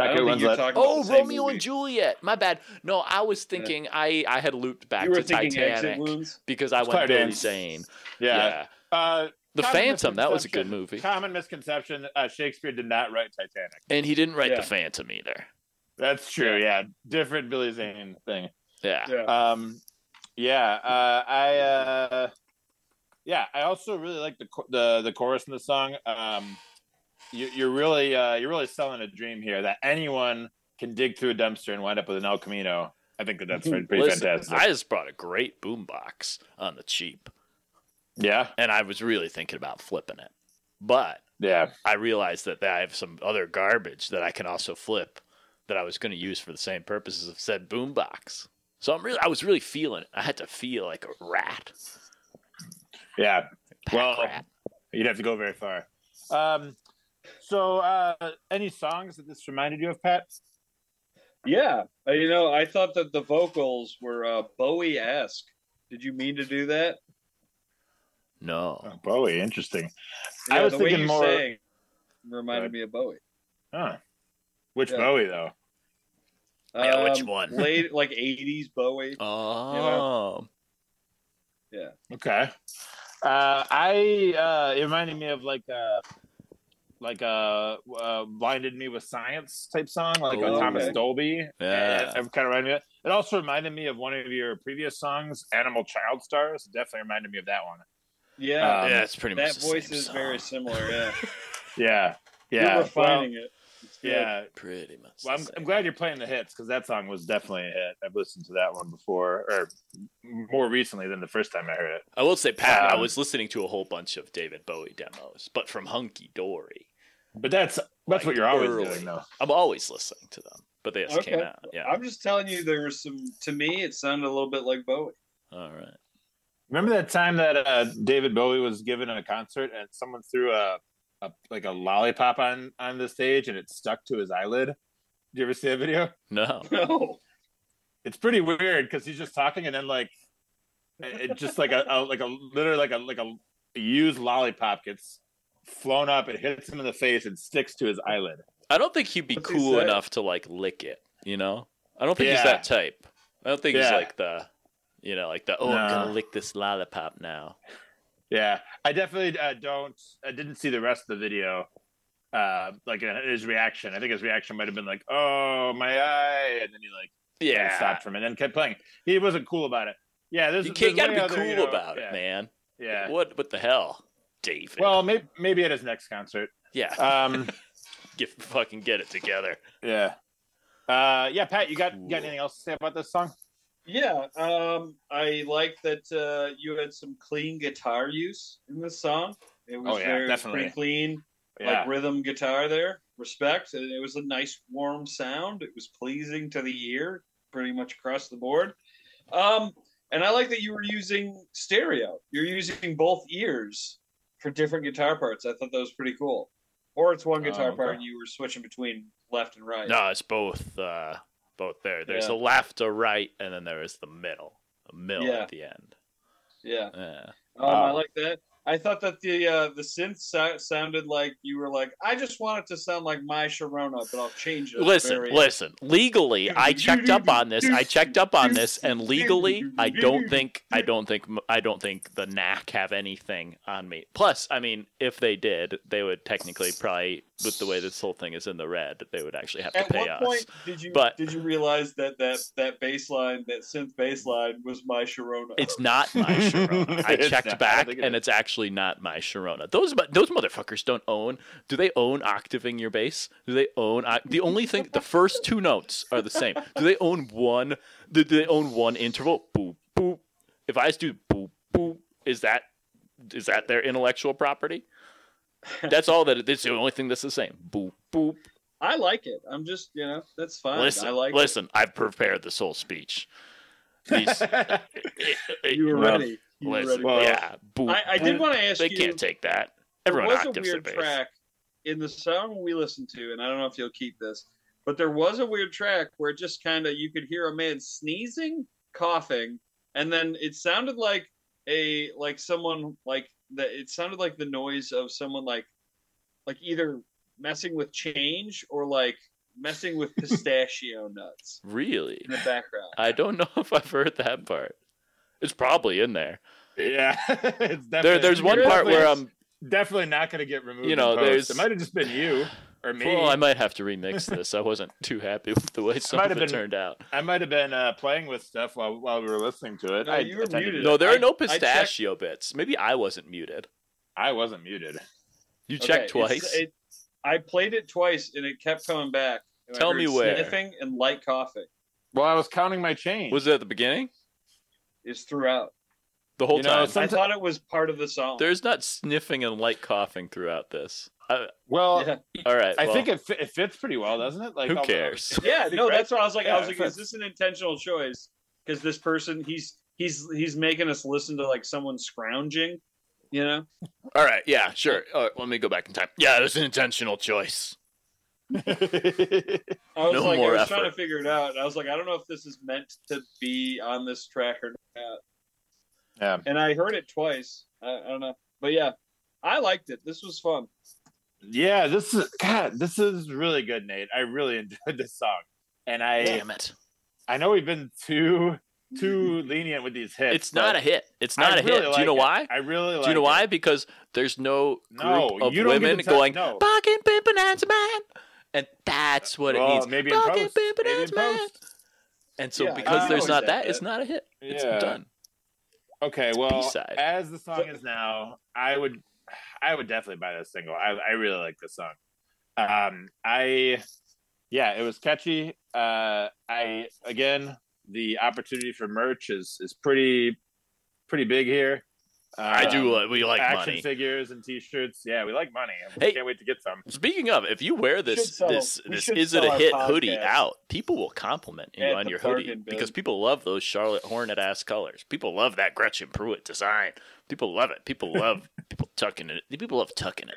Speaker 3: I
Speaker 2: Zachary
Speaker 3: don't think you're
Speaker 2: Winslet.
Speaker 3: talking about
Speaker 1: Oh,
Speaker 3: the same
Speaker 1: Romeo
Speaker 3: movie.
Speaker 1: and Juliet. My bad. No, I was thinking I I had looped back
Speaker 3: You were
Speaker 1: to
Speaker 3: thinking exit
Speaker 1: Titanic
Speaker 3: wounds.
Speaker 1: because I
Speaker 2: It's
Speaker 1: went
Speaker 2: Claire
Speaker 1: Billy
Speaker 2: Danes.
Speaker 1: Zane.
Speaker 2: yeah.
Speaker 1: Yeah.
Speaker 2: Uh,
Speaker 1: The
Speaker 2: Common
Speaker 1: Phantom, that was a good
Speaker 2: misconception-
Speaker 1: movie.
Speaker 2: Common misconception: uh, Shakespeare did not write Titanic.
Speaker 1: And he didn't write
Speaker 3: Yeah.
Speaker 1: The Phantom either.
Speaker 2: That's true. Yeah, different Billy Zane thing.
Speaker 1: Yeah.
Speaker 3: Yeah.
Speaker 2: Um, yeah. Uh, I. Uh, yeah, I also really like the cho- the the chorus in the song. Um, you, you're really uh, you're really selling a dream here that anyone can dig through a dumpster and wind up with an El Camino. I think that that's pretty, pretty
Speaker 1: Listen,
Speaker 2: fantastic.
Speaker 1: I just brought a great boombox on the cheap,
Speaker 2: yeah,
Speaker 1: and I was really thinking about flipping it. But
Speaker 2: yeah.
Speaker 1: I realized that I have some other garbage that I can also flip that I was going to use for the same purposes of said boombox. So I'm really, I was really feeling it. I had to feel like a rat.
Speaker 2: Yeah.
Speaker 1: pack
Speaker 2: Well,
Speaker 1: rat.
Speaker 2: you'd have to go very far. Um, so, uh, any songs that this reminded you of, Pat?
Speaker 3: Yeah, Uh, you know, I thought that the vocals were uh, Bowie esque. Did you mean to do that?
Speaker 1: no.
Speaker 2: Oh, Bowie, interesting. I
Speaker 3: Yeah,
Speaker 2: was
Speaker 3: the way
Speaker 2: thinking
Speaker 3: you
Speaker 2: more-
Speaker 3: sang reminded
Speaker 2: Good.
Speaker 3: me of Bowie.
Speaker 2: Huh. Which
Speaker 3: Yeah.
Speaker 2: Bowie though?
Speaker 1: Yeah, which
Speaker 3: Um,
Speaker 1: one?
Speaker 3: Late, like '80s Bowie.
Speaker 1: Oh.
Speaker 2: Okay. Uh, I uh, it reminded me of like uh like uh, uh blinded me with science type song like
Speaker 1: Oh,
Speaker 2: a Thomas
Speaker 3: okay.
Speaker 2: Dolby.
Speaker 1: Yeah.
Speaker 2: It, kind of reminded me. Of, it also reminded me of one of your previous songs, Animal Child Stars. It definitely reminded me of that one.
Speaker 3: Yeah,
Speaker 2: Um,
Speaker 1: yeah, it's pretty much
Speaker 3: that
Speaker 1: the same
Speaker 3: voice is
Speaker 1: song.
Speaker 3: very similar. Yeah,
Speaker 2: Yeah,
Speaker 3: You're
Speaker 2: yeah,
Speaker 3: refining it. It's good.
Speaker 2: well, yeah.
Speaker 1: Pretty much.
Speaker 2: Well,
Speaker 1: the
Speaker 2: I'm,
Speaker 1: same.
Speaker 2: I'm glad you're playing the hits because that song was definitely a hit. I've listened to that one before, or more recently than the first time I heard it.
Speaker 1: I will say, Pat, I
Speaker 2: Um,
Speaker 1: was listening to a whole bunch of David Bowie demos, but from Hunky Dory.
Speaker 2: But that's that's
Speaker 1: Like,
Speaker 2: what you're always
Speaker 1: early.
Speaker 2: doing, though.
Speaker 1: I'm always listening to them, but they just came
Speaker 3: Okay.
Speaker 1: out. Yeah.
Speaker 3: I'm just telling you, there was some. To me, it sounded a little bit like Bowie.
Speaker 1: All right.
Speaker 2: Remember that time that uh, David Bowie was given a concert and someone threw a, a like a lollipop on on the stage and it stuck to his eyelid. Did you ever see that video?
Speaker 1: No.
Speaker 3: No,
Speaker 2: It's pretty weird because he's just talking and then like it it just like a, a like a literally like a like a used lollipop gets flown up. It hits him in the face and sticks to his eyelid.
Speaker 1: I don't think he'd be
Speaker 3: What's he
Speaker 1: cool
Speaker 3: say?
Speaker 1: enough to like lick it. You know, I don't think he's
Speaker 2: Yeah.
Speaker 1: that type. I don't think he's
Speaker 2: Yeah.
Speaker 1: like the, you know, like the oh I'm
Speaker 2: No.
Speaker 1: gonna lick this lollipop now.
Speaker 2: Yeah, I definitely uh, don't. I didn't see the rest of the video. Uh, like uh, his reaction. I think his reaction might have been like, "Oh, my eye," and then he like yeah. stopped from it and kept playing. He wasn't cool about it. Yeah, there's
Speaker 1: you can't
Speaker 2: there's
Speaker 1: gotta
Speaker 2: way
Speaker 1: be
Speaker 2: other,
Speaker 1: cool
Speaker 2: you know,
Speaker 1: about
Speaker 2: yeah,
Speaker 1: it, man.
Speaker 2: Yeah.
Speaker 1: What what the hell, David?
Speaker 2: Well, maybe maybe at his next concert.
Speaker 1: yeah,
Speaker 2: Um,
Speaker 1: get fucking get it together.
Speaker 2: yeah. Uh, yeah, Pat, you got
Speaker 1: Cool.
Speaker 2: you got anything else to say about this song?
Speaker 3: yeah. Um, I like that uh, you had some clean guitar use in this song. It was
Speaker 2: Oh, yeah,
Speaker 3: very it was
Speaker 2: definitely.
Speaker 3: pretty clean,
Speaker 2: Yeah.
Speaker 3: like rhythm guitar there. Respect. And it was a nice warm sound. It was pleasing to the ear, pretty much across the board. Um, and I like that you were using stereo. You're using both ears for different guitar parts. I thought that was pretty cool. Or it's one
Speaker 2: Oh,
Speaker 3: guitar part
Speaker 2: okay.
Speaker 3: and you were switching between left and right.
Speaker 1: No, it's both uh both there. There's
Speaker 3: Yeah.
Speaker 1: the left to right, and then there is the middle, a mill
Speaker 3: Yeah.
Speaker 1: at the end.
Speaker 3: Yeah.
Speaker 1: Yeah.
Speaker 3: Um, I
Speaker 2: Wow.
Speaker 3: like that. I thought that the uh, the synth so- sounded like you were like, I just want it to sound like my Sharona, but I'll change it. at the
Speaker 1: Listen,
Speaker 3: very end."
Speaker 1: listen. Legally, I checked up on this. I checked up on this, and legally, I don't think, I don't think, I don't think the knack have anything on me. Plus, I mean, if they did, they would technically probably, with the way this whole thing is in the red, they would actually have to
Speaker 3: At
Speaker 1: pay
Speaker 3: what
Speaker 1: us.
Speaker 3: point did you
Speaker 1: But-
Speaker 3: did you realize that that that bass line, that synth bass line, was my Sharona?
Speaker 1: It's not my Sharona. I
Speaker 2: It's
Speaker 1: checked
Speaker 2: not. I
Speaker 1: back,
Speaker 2: think it
Speaker 1: and
Speaker 2: is.
Speaker 1: it's actually not my Sharona. Those mo- those motherfuckers don't own. Do they own octaving your bass? Do they own oc- the only thing? The first two notes are the same. Do they own one? Do do they own one interval? Boop boop. If I just do boop boop, is that is that their intellectual property? That's all that. It's the only thing that's the same. Boop boop.
Speaker 3: I like it. I'm just you know that's fine.
Speaker 1: Listen,
Speaker 3: I like
Speaker 1: listen. I've prepared this whole speech. These,
Speaker 3: it. You were
Speaker 2: Well,
Speaker 3: ready. You were
Speaker 1: listen,
Speaker 3: ready.
Speaker 2: Well,
Speaker 1: yeah. Boop,
Speaker 3: I, I did
Speaker 1: boop.
Speaker 3: want to ask
Speaker 1: They
Speaker 3: you.
Speaker 1: can't take that.
Speaker 3: there
Speaker 1: Everyone
Speaker 3: was a
Speaker 1: octaves their
Speaker 3: weird
Speaker 1: bass.
Speaker 3: track in the song we listened to, and I don't know if you'll keep this, but there was a weird track where it just kind of you could hear a man sneezing, coughing, and then it sounded like a like someone like that. It sounded like the noise of someone like like either messing with change or like messing with pistachio nuts
Speaker 1: Really?
Speaker 3: in the background.
Speaker 1: I don't know if I've heard that part. It's probably in there.
Speaker 2: Yeah, it's definitely,
Speaker 1: There, there's one part where um, I'm.
Speaker 2: definitely not going to get removed.
Speaker 1: You know,
Speaker 2: in post.
Speaker 1: there's-
Speaker 2: it might have just been you or me.
Speaker 1: Well, I might have to remix this. I wasn't too happy with the way some
Speaker 2: might
Speaker 1: of it
Speaker 2: have been-
Speaker 1: turned out.
Speaker 2: I might have been uh, playing with stuff while while we were listening to it.
Speaker 3: No,
Speaker 2: I,
Speaker 3: you were
Speaker 2: I tend to
Speaker 3: muted.
Speaker 2: do-
Speaker 1: No, there
Speaker 3: I-
Speaker 1: are no
Speaker 3: I checked-
Speaker 1: pistachio bits. Maybe I wasn't muted.
Speaker 2: I wasn't muted.
Speaker 1: You
Speaker 3: Okay,
Speaker 1: checked
Speaker 3: it's-
Speaker 1: twice.
Speaker 3: it- I played it twice, and it kept coming back. and I
Speaker 1: Tell
Speaker 3: heard
Speaker 1: me where.
Speaker 3: sniffing and light coughing
Speaker 2: Well, I was counting my change.
Speaker 1: Was it at the beginning?
Speaker 3: is throughout.
Speaker 1: The whole
Speaker 2: You know,
Speaker 1: time?
Speaker 2: some- Someti-
Speaker 3: I thought it was part of the song.
Speaker 1: There's not sniffing and light coughing throughout this. I,
Speaker 2: well,
Speaker 3: yeah,
Speaker 1: all right.
Speaker 2: I
Speaker 1: well,
Speaker 2: think it, fi- it fits pretty well, doesn't it? Like
Speaker 1: Who
Speaker 2: all the-
Speaker 1: cares?
Speaker 3: yeah, no, that's what I was like. I was
Speaker 2: Yeah,
Speaker 3: like,
Speaker 2: fair.
Speaker 3: is this an intentional choice? Because this person, he's he's he's making us listen to like someone scrounging, you know?
Speaker 1: All right. Yeah, sure. All right, let me go back in time. Yeah, it was an intentional choice.
Speaker 3: I was
Speaker 1: No
Speaker 3: like,
Speaker 1: more
Speaker 3: I was trying
Speaker 1: effort.
Speaker 3: to figure it out, and I was like, I don't know if this is meant to be on this track or not.
Speaker 2: yeah.
Speaker 3: And I heard it twice. I, I don't know, but yeah, I liked it. This was fun.
Speaker 2: Yeah, this is God. This is really good, Nate. I really enjoyed this song, and I
Speaker 1: Damn it.
Speaker 2: I know we've been too too lenient with these hits.
Speaker 1: It's not a
Speaker 2: but
Speaker 1: hit. It's
Speaker 2: I
Speaker 1: not a
Speaker 2: really
Speaker 1: hit. Do you
Speaker 2: like
Speaker 1: know
Speaker 2: it.
Speaker 1: why?
Speaker 2: I really.
Speaker 1: Do you know why? Because there's no group
Speaker 2: No,
Speaker 1: of
Speaker 2: you don't get
Speaker 1: women
Speaker 2: to tell-
Speaker 1: going
Speaker 2: no.
Speaker 1: "Barking, pimpin' and man," and that's what it
Speaker 2: Well,
Speaker 1: means.
Speaker 2: maybe in
Speaker 1: "Barking,
Speaker 2: post.
Speaker 1: pimpin'
Speaker 2: Maybe in
Speaker 1: and man."
Speaker 2: post.
Speaker 1: And so
Speaker 3: Yeah,
Speaker 1: because
Speaker 2: I
Speaker 1: there's
Speaker 3: always
Speaker 1: not
Speaker 3: said
Speaker 1: that,
Speaker 3: that.
Speaker 1: it's not a hit. It's
Speaker 2: Yeah.
Speaker 1: done.
Speaker 2: Okay, well,
Speaker 1: B-side.
Speaker 2: as the song is now, I would, I would definitely buy this single. I, I really like this song. Um, I, yeah, it was catchy. Uh, I again, the opportunity for merch is is pretty, pretty big here. Uh,
Speaker 1: I do. Like, we like
Speaker 2: action
Speaker 1: money.
Speaker 2: figures and T-shirts. Yeah, we like money. We
Speaker 1: Hey.
Speaker 2: can't wait to get some.
Speaker 1: Speaking of, if you wear
Speaker 3: should
Speaker 1: this
Speaker 3: sell-
Speaker 1: this
Speaker 3: we
Speaker 1: this
Speaker 3: should
Speaker 1: is it
Speaker 3: sell
Speaker 1: a
Speaker 3: our
Speaker 1: hit hoodie
Speaker 3: podcast.
Speaker 1: out, people will compliment you
Speaker 3: At
Speaker 1: on
Speaker 3: the
Speaker 1: your hoodie
Speaker 3: bargain bin.
Speaker 1: because people love those Charlotte Hornet ass colors. People love that Gretchen Pruitt design. People love it. People love people tucking it. People love tucking it.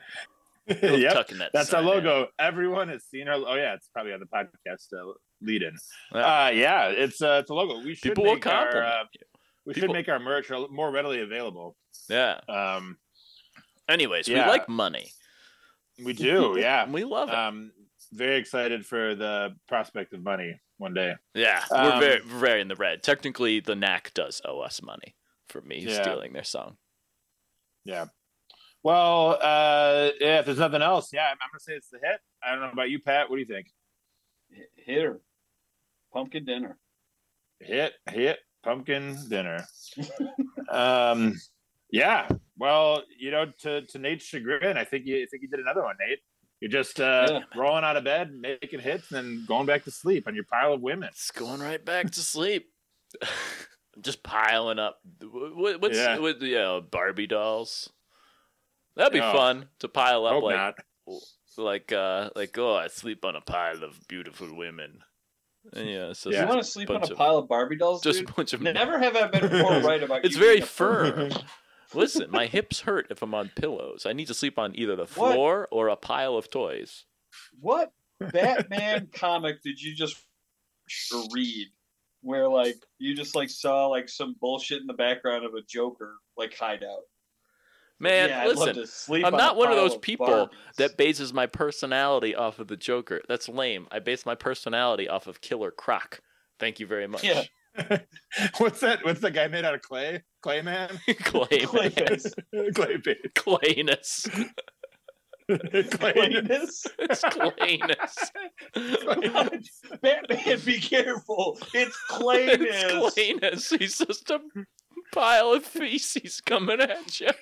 Speaker 1: People love
Speaker 2: Yep.
Speaker 1: tucking that.
Speaker 2: That's our
Speaker 1: design in.
Speaker 2: logo. Everyone has seen our. Oh yeah, it's probably on the podcast uh, lead in.
Speaker 1: Yeah.
Speaker 2: Uh, yeah, it's uh, it's a logo. We should
Speaker 1: People will
Speaker 2: make our,
Speaker 1: compliment
Speaker 2: uh,
Speaker 1: you.
Speaker 2: we
Speaker 1: People-
Speaker 2: should make our merch a- more readily available.
Speaker 1: Yeah.
Speaker 2: Um,
Speaker 1: Anyways,
Speaker 2: Yeah.
Speaker 1: we like money.
Speaker 2: we do, yeah.
Speaker 1: We love it.
Speaker 2: Um, very excited for the prospect of money one day.
Speaker 1: yeah,
Speaker 2: um,
Speaker 1: we're very very in the red. Technically, the Knack does owe us money for me
Speaker 2: Yeah.
Speaker 1: stealing their song.
Speaker 2: Well, uh, yeah, if there's nothing else, yeah, I'm, I'm gonna say it's the hit. I don't know about you, Pat. What do you think?
Speaker 3: H- Hit her. Pumpkin dinner.
Speaker 2: Hit, hit, pumpkin dinner. um, yeah. Well, you know, to, to Nate's chagrin, I think you I think you did another one, Nate. You're just uh,
Speaker 3: Yeah.
Speaker 2: rolling out of bed, making hits, and then going back to sleep on your pile of women.
Speaker 1: It's going right back to sleep. Just piling up. What, what's
Speaker 2: Yeah.
Speaker 1: yeah. What, you know, Barbie dolls? That'd be
Speaker 2: Yeah.
Speaker 1: fun to pile up
Speaker 2: Oh. Hope
Speaker 1: like
Speaker 2: not.
Speaker 1: like uh like oh I sleep on a pile of beautiful women. And, yeah, so
Speaker 2: Yeah.
Speaker 3: You want to sleep on
Speaker 1: bunch
Speaker 3: a
Speaker 1: of-
Speaker 3: pile of Barbie dolls,
Speaker 1: just
Speaker 3: dude?
Speaker 1: a bunch of
Speaker 3: Never have I been more right about.
Speaker 1: It's
Speaker 3: you
Speaker 1: very
Speaker 3: being a
Speaker 1: firm. Listen, my hips hurt if I'm on pillows. I need to sleep on either the
Speaker 3: What?
Speaker 1: floor or a pile of toys.
Speaker 3: What Batman comic did you just read? Where like you just like saw like some bullshit in the background of a Joker like hideout.
Speaker 1: Man,
Speaker 3: Yeah, I'd love
Speaker 1: listen.
Speaker 3: to sleep
Speaker 1: I'm
Speaker 3: on
Speaker 1: not
Speaker 3: a
Speaker 1: one of
Speaker 3: pile
Speaker 1: those people
Speaker 3: Barbies.
Speaker 1: that bases my personality off of the Joker. That's lame. I base my personality off of Killer Croc. Thank you very much.
Speaker 3: Yeah.
Speaker 2: What's that? What's the guy made out of clay? Clay man?
Speaker 1: Clay,
Speaker 3: Clayface.
Speaker 2: clay man.
Speaker 1: Clayness.
Speaker 2: clay.
Speaker 3: Clayface.
Speaker 1: It's Clayness.
Speaker 3: Batman, be careful! It's
Speaker 1: It's
Speaker 3: Clayness.
Speaker 1: Clayness. He's just a pile of feces coming at you.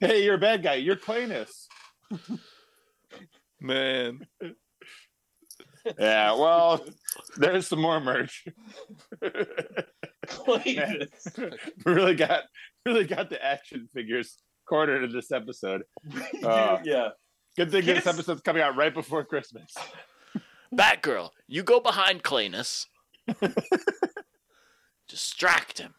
Speaker 2: hey, you're a bad guy. You're clayness.
Speaker 1: Man.
Speaker 2: Yeah, well, there's some more merch.
Speaker 3: Clayness.
Speaker 2: really got really got the action figures cornered in this episode.
Speaker 3: Dude,
Speaker 2: Uh,
Speaker 3: yeah.
Speaker 2: Good thing
Speaker 3: Yes.
Speaker 2: this episode's coming out right before Christmas.
Speaker 1: Batgirl, you go behind Clayness. Distract him.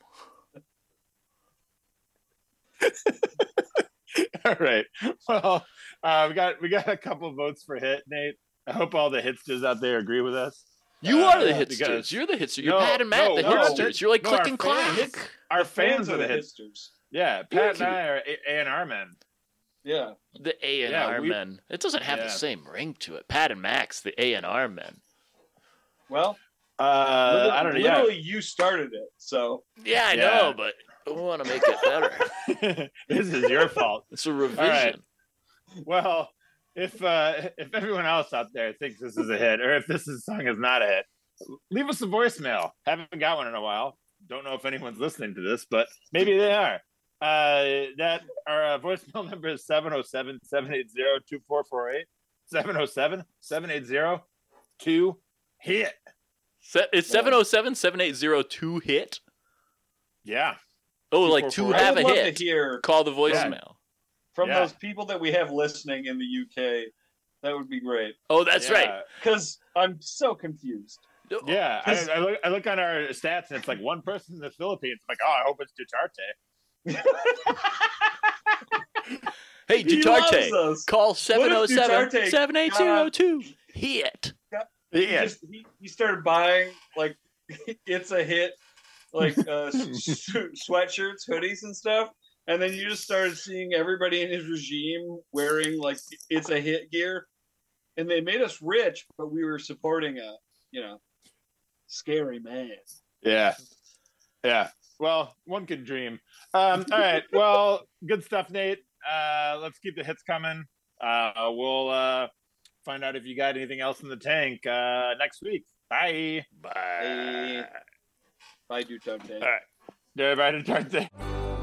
Speaker 2: All right. Well, uh, we got we got a couple votes for hit, Nate. I hope all the hitsters out there agree with us.
Speaker 1: You
Speaker 2: Uh,
Speaker 1: are the
Speaker 2: yeah,
Speaker 1: hitsters.
Speaker 2: because-
Speaker 1: You're the hitster. You're
Speaker 2: No,
Speaker 1: Pat and Matt,
Speaker 2: no,
Speaker 1: the
Speaker 2: we're all
Speaker 1: hitsters.
Speaker 2: hit-
Speaker 1: You're like
Speaker 2: no,
Speaker 1: click
Speaker 2: our
Speaker 1: and
Speaker 2: fans-
Speaker 1: clack.
Speaker 2: Our fans, are the hits.
Speaker 3: hipsters.
Speaker 2: Yeah,
Speaker 1: You're
Speaker 2: Pat and I are A and R men.
Speaker 3: Yeah.
Speaker 1: The A and
Speaker 2: Yeah,
Speaker 1: R
Speaker 2: we-
Speaker 1: men. It doesn't have
Speaker 2: Yeah.
Speaker 1: the same ring to it. Pat and Max, the A and R men.
Speaker 3: Well,
Speaker 2: Uh, I don't know.
Speaker 3: literally,
Speaker 2: Yeah.
Speaker 3: literally you started it, so
Speaker 1: Yeah, I
Speaker 2: Yeah.
Speaker 1: know, but I want to make it better.
Speaker 2: this is your fault.
Speaker 1: it's a revision.
Speaker 2: Well, if uh, if everyone else out there thinks this is a hit, or if this is, song is not a hit, leave us a voicemail. Haven't got one in a while. Don't know if anyone's listening to this, but maybe they are. Uh, that our uh, voicemail number is 707-780-2448. 707-780-2 hit.
Speaker 1: Se- It's seven zero seven seven eight zero two hit.
Speaker 2: Yeah.
Speaker 1: Oh,
Speaker 2: Two
Speaker 1: like
Speaker 2: four
Speaker 1: two
Speaker 2: four.
Speaker 3: I
Speaker 1: have a
Speaker 3: would love
Speaker 1: hit.
Speaker 3: to hear
Speaker 1: Call the voicemail.
Speaker 3: from
Speaker 2: Yeah.
Speaker 3: those people that we have listening in the UK. That would be great
Speaker 1: Oh, that's
Speaker 2: Yeah.
Speaker 1: right.
Speaker 3: because I'm so confused.
Speaker 1: No-
Speaker 2: Yeah.
Speaker 3: This-
Speaker 2: I, I, look, I look on our stats and it's like one person in the Philippines. I'm like, oh, I hope it's Duterte.
Speaker 1: Hey,
Speaker 3: He
Speaker 1: Duterte,
Speaker 3: loves us.
Speaker 1: call
Speaker 3: if
Speaker 1: 707
Speaker 3: Duterte
Speaker 1: 7802 hit.
Speaker 3: He just he, he started buying like it's a hit, like uh, s- sweatshirts, hoodies, and stuff. And then you just started seeing everybody in his regime wearing like it's a hit gear, and they made us rich, but we were supporting a you know scary man.
Speaker 2: Yeah. Yeah. Well, one could dream. Um, all right. Well, good stuff, Nate. Uh, let's keep the hits coming. Uh, we'll uh, find out if you got anything else in the tank uh, next week. Bye.
Speaker 1: Bye.
Speaker 3: Bye, Duterte.
Speaker 1: All right.
Speaker 2: Everybody, dark day.